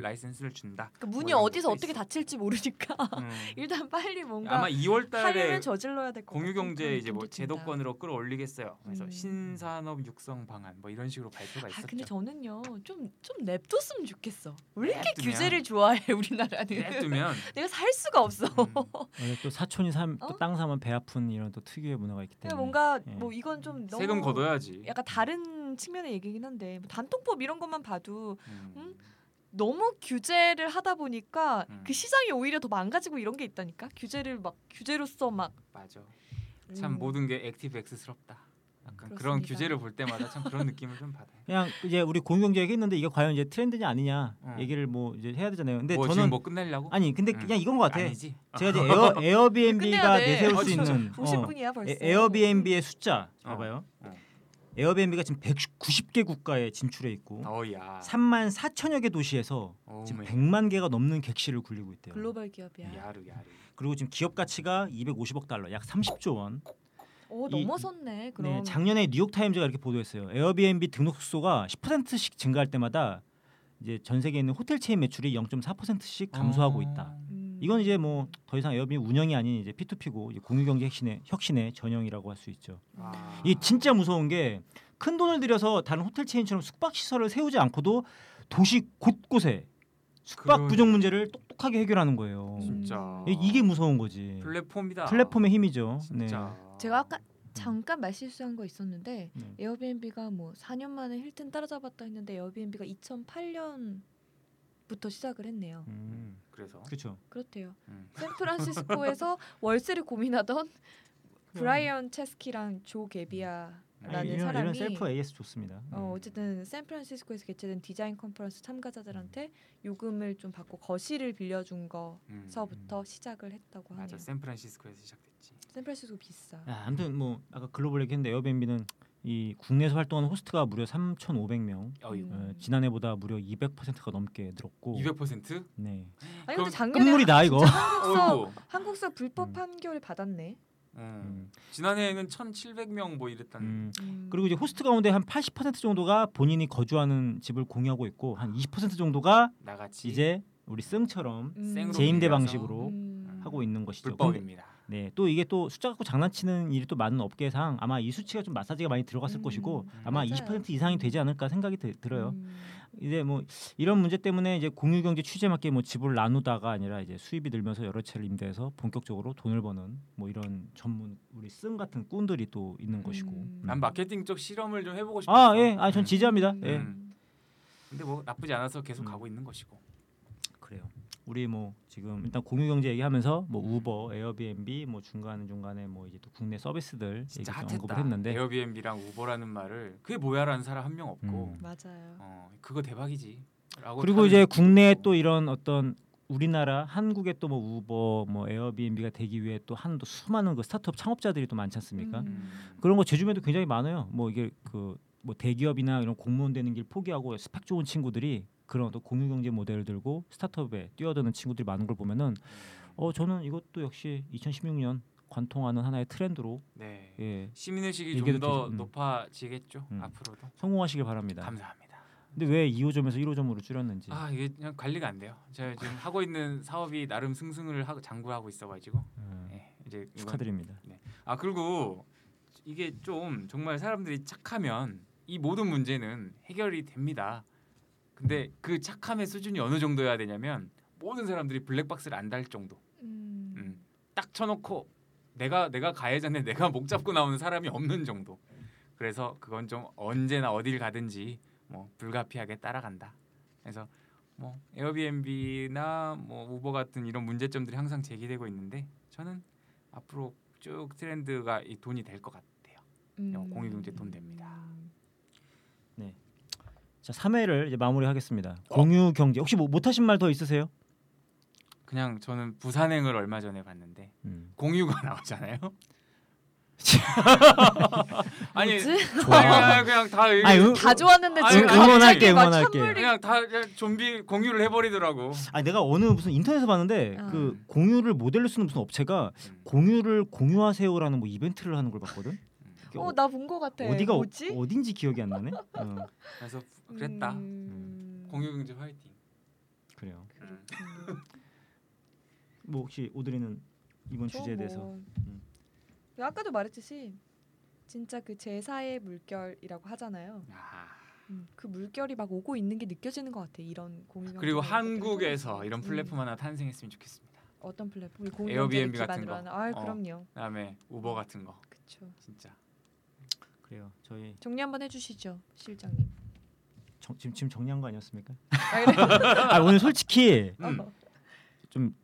Speaker 2: 라이센스를 준다.
Speaker 3: 그러니까 문이
Speaker 2: 뭐 이런
Speaker 3: 어디서
Speaker 2: 것도
Speaker 3: 어떻게
Speaker 2: 있어.
Speaker 3: 다칠지 모르니까
Speaker 2: 음.
Speaker 3: 일단 빨리 뭔가
Speaker 2: 아마 2월달에
Speaker 3: 하려면 저질러야 될것 같아요.
Speaker 2: 공유경제 이제 뭐 제도권으로 끌어올리겠어요. 그래서
Speaker 3: 음.
Speaker 2: 신산업 육성 방안 뭐 이런 식으로 발표가
Speaker 3: 아
Speaker 2: 있었죠.
Speaker 3: 근데 저는요 좀 좀 냅뒀으면 좋겠어. 왜 이렇게
Speaker 2: 냅두면-
Speaker 3: 규제를 좋아해 우리나라는?
Speaker 2: 빼두면
Speaker 3: 내가 살 수가 없어.
Speaker 2: 음,
Speaker 1: 원래 예, 또 사촌이 삼
Speaker 3: 어?
Speaker 1: 또 땅 사면 배 아픈 이런 또 특유의 문화가 있기 때문에
Speaker 3: 그냥 뭔가
Speaker 1: 예.
Speaker 3: 뭐 이건 좀 너무
Speaker 2: 음. 세금 걷어야지.
Speaker 3: 약간 다른 측면의 얘기긴 한데 뭐 단통법 이런 것만 봐도
Speaker 2: 음.
Speaker 3: 음? 너무 규제를 하다 보니까
Speaker 2: 음.
Speaker 3: 그 시장이 오히려 더 망가지고 이런 게 있다니까 규제를 막 규제로서 막
Speaker 2: 맞아. 참
Speaker 3: 음.
Speaker 2: 모든 게 액티브 엑스스럽다. 약간 그런
Speaker 3: 그렇습니다.
Speaker 2: 규제를 볼 때마다 참 그런 느낌을 좀 받아요.
Speaker 1: 그냥 이제 우리 공유경제 얘기했는데 이게 과연 이제 트렌드냐 아니냐
Speaker 2: 어.
Speaker 1: 얘기를 뭐 이제 해야 되잖아요. 근데
Speaker 2: 뭐
Speaker 1: 저는
Speaker 2: 지금 뭐 끝내려고?
Speaker 1: 아니 근데
Speaker 2: 음.
Speaker 1: 그냥 이건 것 같아.
Speaker 2: 아니지.
Speaker 1: 제가 이제 에어, 에어비앤비가
Speaker 3: 끝내야 돼.
Speaker 1: 내세울
Speaker 2: 어,
Speaker 1: 수
Speaker 2: 진짜.
Speaker 1: 있는 어,
Speaker 3: 음, 50분이야 벌써.
Speaker 1: 에어비앤비의 숫자
Speaker 2: 어.
Speaker 1: 봐봐요.
Speaker 2: 어.
Speaker 1: 에어비앤비가 지금 190개 국가에 진출해 있고
Speaker 2: 아. 어야. 어,
Speaker 1: 3만 4천여 개 도시에서
Speaker 2: 예.
Speaker 1: 지금 100만 개가 넘는 객실을 굴리고 있대요.
Speaker 3: 글로벌 기업이야.
Speaker 2: 야르 야르.
Speaker 1: 그리고 지금 기업 가치가 250억 달러, 약 30조 원.
Speaker 3: 어
Speaker 1: 이-
Speaker 3: 넘어섰네. 그럼
Speaker 1: 네, 작년에 뉴욕 타임즈가 이렇게 보도했어요. 에어비앤비 등록 수가 10%씩 증가할 때마다 이제 전 세계에 있는 호텔 체인 매출이 0.4%씩 감소하고
Speaker 2: 어.
Speaker 1: 있다.
Speaker 3: 음.
Speaker 1: 이건 이제 뭐 더 이상 에어비앤비 운영이 아닌 이제 P2P고 이제 공유경제 혁신의 혁신의 전형이라고 할 수 있죠.
Speaker 2: 아.
Speaker 1: 이게 진짜 무서운 게 큰 돈을 들여서 다른 호텔 체인처럼 숙박 시설을 세우지 않고도 도시 곳곳에 숙박
Speaker 2: 그러네.
Speaker 1: 부족 문제를 똑똑하게 해결하는 거예요.
Speaker 3: 음.
Speaker 2: 진짜.
Speaker 1: 이- 이게 무서운 거지.
Speaker 2: 플랫폼이다.
Speaker 1: 플랫폼의 힘이죠. 네. 음.
Speaker 2: 진짜.
Speaker 3: 제가 아까 잠깐 말 실수한 거 있었는데
Speaker 1: 네.
Speaker 3: 에어비앤비가 뭐 4년 만에 힐튼 따라잡았다 했는데 에어비앤비가 2008년부터 시작을 했네요.
Speaker 1: 음,
Speaker 2: 그래서
Speaker 1: 그렇죠.
Speaker 3: 그렇대요.
Speaker 2: 음.
Speaker 3: 샌프란시스코에서 월세를 고민하던 브라이언 체스키랑 조
Speaker 1: 아니,
Speaker 3: 게비아라는
Speaker 1: 이런, 이런
Speaker 3: 사람이
Speaker 1: 셀프 AS 좋습니다.
Speaker 3: 어, 어쨌든 샌프란시스코에서 개최된 디자인 컨퍼런스 참가자들한테
Speaker 1: 음.
Speaker 3: 요금을 좀 받고 거실을 빌려준
Speaker 2: 음.
Speaker 3: 거서부터 시작을 했다고 하네요.
Speaker 2: 맞아. 샌프란시스코에서 시작됐지.
Speaker 3: 샌프란시스코 비싸.
Speaker 1: 아, 아무튼 뭐 아까 글로벌 얘기했는데 에어비앤비는 이 국내에서 활동하는 호스트가 무려 3,500명,
Speaker 2: 어이.
Speaker 3: 음.
Speaker 1: 어, 지난해보다 무려 200%가 넘게 늘었고,
Speaker 3: 음.
Speaker 2: 200%?
Speaker 1: 네,
Speaker 3: 아니
Speaker 2: 그럼
Speaker 3: 근데 작년에
Speaker 1: 끝물이 나 이거.
Speaker 3: 한국서
Speaker 2: 어이구.
Speaker 3: 한국서 불법
Speaker 1: 음.
Speaker 3: 판결을 받았네.
Speaker 2: 음.
Speaker 1: 음,
Speaker 2: 지난해에는 1,700명 뭐 이랬다는.
Speaker 1: 음.
Speaker 3: 음.
Speaker 1: 그리고 이제 호스트 가운데 한 80% 정도가 본인이 거주하는 집을 공유하고 있고, 한 20% 정도가
Speaker 2: 나같이
Speaker 1: 이제 우리 쌩처럼
Speaker 3: 음.
Speaker 2: 생으로
Speaker 1: 재임대
Speaker 2: 밀려서
Speaker 1: 방식으로
Speaker 3: 음.
Speaker 1: 하고 있는 것이죠. 근데-
Speaker 2: 불법입니다.
Speaker 1: 네, 또 이게 또 숫자 갖고 장난치는 일이 또 많은 업계상 아마 이 수치가 좀 마사지가 많이 들어갔을
Speaker 3: 음,
Speaker 1: 것이고
Speaker 2: 음.
Speaker 1: 아마
Speaker 3: 맞아요.
Speaker 1: 20% 이상이 되지 않을까 생각이 들- 들어요.
Speaker 3: 음.
Speaker 1: 이제 뭐 이런 문제 때문에 이제 공유경제 취재 맞게 뭐 집을 나누다가 아니라 이제 수입이 늘면서 여러 채를 임대해서 본격적으로 돈을 버는 뭐 이런 전문 우리 쓴 같은 꾼들이 또 있는 것이고.
Speaker 3: 음.
Speaker 2: 난 마케팅 쪽 실험을 좀 해보고 싶어.
Speaker 1: 아 예, 아 전 지지합니다.
Speaker 3: 음.
Speaker 1: 예,
Speaker 2: 음. 근데 뭐 나쁘지 않아서
Speaker 1: 음.
Speaker 2: 계속 가고 있는 것이고.
Speaker 1: 그래요. 우리 뭐 지금 일단 공유경제 얘기하면서 뭐 우버, 에어비앤비 뭐 중간 중간에 뭐 이제 또 국내 서비스들 얘기
Speaker 2: 진짜
Speaker 1: 좀
Speaker 2: 핫했다.
Speaker 1: 언급을 했는데
Speaker 2: 에어비앤비랑 우버라는 말을 그게 뭐야라는 사람 한 명 없고.
Speaker 1: 음.
Speaker 3: 맞아요.
Speaker 2: 어 그거 대박이지. 라고
Speaker 1: 그리고
Speaker 2: 뭐 다들
Speaker 1: 이제
Speaker 2: 듣고.
Speaker 1: 국내에 또 이런 어떤 우리나라 한국의 또 뭐 우버, 뭐 에어비앤비가 되기 위해 또 한 또 수많은 그 스타트업 창업자들이 또 많지 않습니까?
Speaker 3: 음.
Speaker 2: 음.
Speaker 1: 그런 거 제주면도 굉장히 많아요. 뭐 이게 그 뭐 대기업이나 이런 공무원 되는 길 포기하고 스펙 좋은 친구들이 그런 어떤 공유 경제 모델을 들고 스타트업에 뛰어드는 친구들이 많은 걸 보면은 어 저는 이것도 역시 2016년 관통하는 하나의 트렌드로
Speaker 2: 네.
Speaker 1: 예
Speaker 2: 시민 의식이
Speaker 1: 얘기도
Speaker 2: 좀 더
Speaker 1: 되죠. 음.
Speaker 2: 높아지겠죠.
Speaker 1: 음. 네.
Speaker 2: 앞으로도.
Speaker 1: 성공하시길 바랍니다.
Speaker 2: 감사합니다.
Speaker 1: 근데 왜 2호점에서 1호점으로 줄였는지
Speaker 2: 아 이게 그냥 관리가 안 돼요. 제가 지금 하고 있는 사업이 나름 승승을 하고 장구하고 있어가지고
Speaker 1: 예,
Speaker 2: 예, 이제 이건-
Speaker 1: 축하드립니다.
Speaker 2: 아 그리고 이게 좀 정말 사람들이 착하면 이 모든 문제는 해결이 됩니다. 근데 그 착함의 수준이 어느 정도여야 되냐면 모든 사람들이 블랙박스를 안 달 정도.
Speaker 3: 음.
Speaker 2: 음. 딱 쳐놓고 내가 내가 가해자인데 내가 목 잡고 나오는 사람이 없는 정도. 그래서 그건 좀 언제나 어딜 가든지 뭐 불가피하게 따라간다. 그래서 뭐 에어비앤비나 뭐 우버 같은 이런 문제점들이 항상 제기되고 있는데 저는 앞으로 쭉 트렌드가 이 돈이 될 것 같아요.
Speaker 3: 음.
Speaker 2: 공유경제 돈 됩니다.
Speaker 1: 자 3회를 이제 마무리하겠습니다. 공유 경제 혹시 뭐 못하신 말 더 있으세요?
Speaker 2: 그냥 저는 부산행을 얼마 전에 봤는데
Speaker 1: 음.
Speaker 2: 공유가 나오잖아요. 아니
Speaker 3: 뭐지?
Speaker 2: 아니, 그냥 다
Speaker 1: 아 응,
Speaker 3: 다 좋았는데
Speaker 2: 아니,
Speaker 3: 지금
Speaker 1: 응원할게,
Speaker 3: 갑자기 막
Speaker 1: 응원할게.
Speaker 3: 찬물이-
Speaker 2: 그냥 다 그냥 좀비 공유를 해버리더라고.
Speaker 1: 아 내가 어느 무슨 인터넷에서 봤는데
Speaker 3: 아.
Speaker 1: 그 공유를 모델로 쓰는 무슨 업체가 공유를 공유하세요라는 뭐 이벤트를 하는 걸 봤거든.
Speaker 2: 음.
Speaker 1: 이게
Speaker 3: 어, 나 본 거 같아.
Speaker 1: 어디가
Speaker 3: 뭐지?
Speaker 1: 어, 어딘지 기억이 안 나네. 어.
Speaker 2: 그래서 그랬다.
Speaker 3: 음.
Speaker 2: 공유경제 화이팅.
Speaker 5: 그래요.
Speaker 1: 음.
Speaker 4: 음,
Speaker 3: 그렇군요.
Speaker 1: 뭐 혹시 오드리는 이번
Speaker 4: 저
Speaker 1: 주제에 대해서
Speaker 4: 뭐,
Speaker 1: 음.
Speaker 4: 아까도 말했듯이 진짜 그 제사의 물결이라고 하잖아요.
Speaker 2: 아,
Speaker 4: 음, 그 물결이 막 오고 있는 게 느껴지는 것 같아. 이런 공유. 경쟁
Speaker 2: 그리고
Speaker 4: 것들을
Speaker 2: 한국에서
Speaker 4: 통해서.
Speaker 2: 이런 플랫폼
Speaker 4: 음,
Speaker 2: 하나 탄생했으면 좋겠습니다.
Speaker 4: 어떤 플랫폼? 우리 공유
Speaker 2: 에어비앤비
Speaker 4: 경쟁을
Speaker 2: 같은
Speaker 4: 기반으로
Speaker 2: 거.
Speaker 4: 하는. 아,
Speaker 2: 어.
Speaker 4: 그럼요.
Speaker 2: 그다음에 우버 같은 거
Speaker 4: 그렇죠.
Speaker 2: 진짜.
Speaker 1: 그래요. 저희
Speaker 4: 정리 한번 해주시죠,
Speaker 2: 음,
Speaker 4: 실장님.
Speaker 1: 정- 지금 지금 정리한 거 아니었습니까?
Speaker 4: 아, 그래?
Speaker 1: 아 오늘 솔직히
Speaker 2: 음.
Speaker 4: 어.
Speaker 1: 좀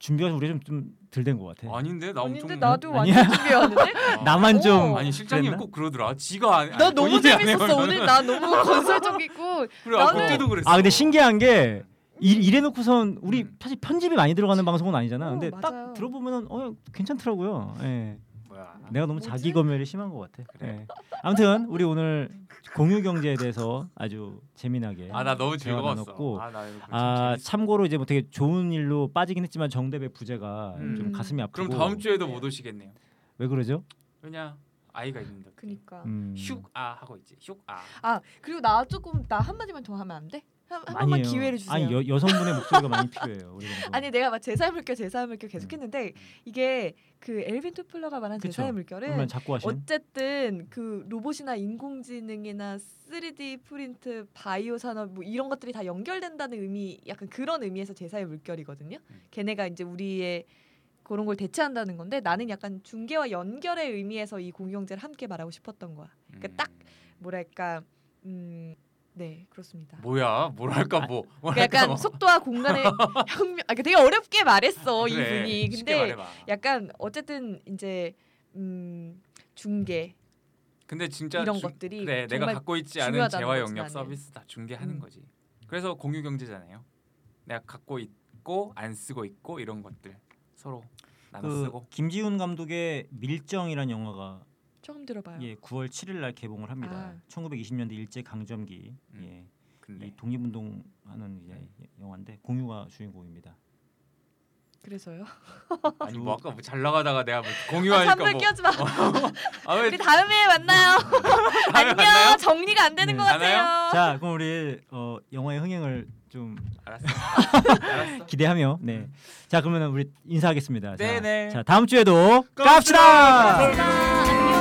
Speaker 1: 준비가 우리 좀좀 들된 것 같아.
Speaker 2: 아닌데 나
Speaker 4: 아닌데
Speaker 2: 엄청
Speaker 4: 나도
Speaker 1: 아니야?
Speaker 4: 완전 준비했는데.
Speaker 2: 어.
Speaker 1: 네. 나만 좀
Speaker 4: 오.
Speaker 2: 아니 실장님
Speaker 1: 그랬나?
Speaker 2: 꼭 그러더라. 지가 안,
Speaker 4: 나 너무
Speaker 2: 본인이 안 해요,
Speaker 4: 재밌었어. 오늘
Speaker 2: 이거는.
Speaker 4: 나 너무 건설적이고
Speaker 2: 그래 아,
Speaker 4: 나는-
Speaker 2: 그때도 그랬어.
Speaker 1: 아 근데 신기한 게 일, 이래놓고선 우리
Speaker 2: 음.
Speaker 1: 사실 편집이 많이 들어가는 방송은 아니잖아.
Speaker 4: 어,
Speaker 1: 근데
Speaker 4: 맞아요.
Speaker 1: 딱 들어보면은 어 괜찮더라고요. 예.
Speaker 2: 뭐야.
Speaker 1: 내가 너무
Speaker 4: 뭐지?
Speaker 1: 자기 검열이 심한 것 같아.
Speaker 2: 그래.
Speaker 1: 예. 아무튼 우리 오늘 공유 경제에 대해서 아주 재미나게
Speaker 2: 아 나 너무
Speaker 1: 대화
Speaker 2: 즐거웠어.
Speaker 1: 나눴고.
Speaker 2: 아나 이거
Speaker 1: 아
Speaker 2: 재밌어.
Speaker 1: 참고로 이제 뭐 되게 좋은 일로 빠지긴 했지만 정대배 부재가
Speaker 2: 음.
Speaker 1: 좀 가슴이 아프고
Speaker 2: 그럼 다음 주에도 못 오시겠네요.
Speaker 1: 왜 그러죠?
Speaker 2: 왜냐 아이가 있는데.
Speaker 3: 어,
Speaker 4: 그니까.
Speaker 1: 음.
Speaker 2: 슉아 하고 있지. 슉아.
Speaker 3: 아 그리고 나 조금 나 한마디만 더 하면 안 돼? 한, 한 번만
Speaker 1: 아니에요.
Speaker 3: 기회를 주세요.
Speaker 1: 아니 여, 여성분의 목소리가 많이 필요해요. 우리 방송.
Speaker 3: 아니 내가 막 제사의 물결 제사의 물결 계속했는데 이게 그 엘빈 투플러가 말한
Speaker 1: 음. 그쵸.
Speaker 3: 제사의 물결은
Speaker 1: 그러면 자꾸 하시는
Speaker 3: 어쨌든 그 로봇이나 인공지능이나 3D 프린트 바이오 산업 뭐 이런 것들이 다 연결된다는 의미 약간 그런 의미에서 제사의 물결이거든요.
Speaker 2: 음.
Speaker 3: 걔네가 이제 우리의 그런 걸 대체한다는 건데 나는 약간 중개와 연결의 의미에서 이 공유경제를 함께 말하고 싶었던 거야. 그러니까 딱
Speaker 2: 음.
Speaker 3: 뭐랄까 음, 음네 그렇습니다.
Speaker 2: 뭐야 뭐랄까 뭐.
Speaker 3: 그러니까
Speaker 2: 뭐랄까
Speaker 3: 약간
Speaker 2: 뭐.
Speaker 3: 속도와 공간의 혁명. 아, 그러니까 되게 어렵게 말했어
Speaker 2: 그래,
Speaker 3: 이분이.
Speaker 2: 쉽게
Speaker 3: 근데
Speaker 2: 말해봐.
Speaker 3: 약간 어쨌든 이제 음 중계
Speaker 2: 근데 진짜
Speaker 3: 이런
Speaker 2: 주-
Speaker 3: 것들이
Speaker 2: 그래 내가
Speaker 3: 정말
Speaker 2: 갖고 있지 않은
Speaker 3: 중요하다는
Speaker 2: 재화
Speaker 3: 거지,
Speaker 2: 영역
Speaker 3: 나는.
Speaker 2: 서비스 다 중개하는
Speaker 3: 음.
Speaker 2: 거지. 그래서 공유 경제잖아요. 내가 갖고 있고 안 쓰고 있고 이런 것들 서로 나눠
Speaker 1: 그
Speaker 2: 쓰고.
Speaker 1: 김지훈 감독의 밀정이라는 영화가
Speaker 4: 처음
Speaker 3: 네.
Speaker 4: 들어봐요.
Speaker 1: 예, 9월 7일 날 개봉을 합니다.
Speaker 4: 아.
Speaker 1: 1920년대 일제 강점기
Speaker 2: 음.
Speaker 1: 예,
Speaker 2: 근데
Speaker 1: 이 독립운동 하는 이제 영화인데 공유가 주인공입니다.
Speaker 4: 그래서요.
Speaker 2: 아니 뭐 아까 뭐 잘 나가다가 내가 뭐 어.
Speaker 3: 아,
Speaker 2: 공유하니까
Speaker 3: 산불 끼얹지 마.
Speaker 2: 아왜
Speaker 3: 우리 다음에 만나요. 안녕. 정리가 안 되는
Speaker 1: 네.
Speaker 3: 것 같아요.
Speaker 1: 자, 그럼 우리 어, 영화의 흥행을 좀
Speaker 2: 알았어. 알았어.
Speaker 1: 기대하며 네. 자, 그러면 우리 인사하겠습니다. 자,
Speaker 2: 음. 네네.
Speaker 1: 자, 다음 주에도
Speaker 2: 깝시다!
Speaker 1: 깝시다!
Speaker 3: 감사합니다. 안녕.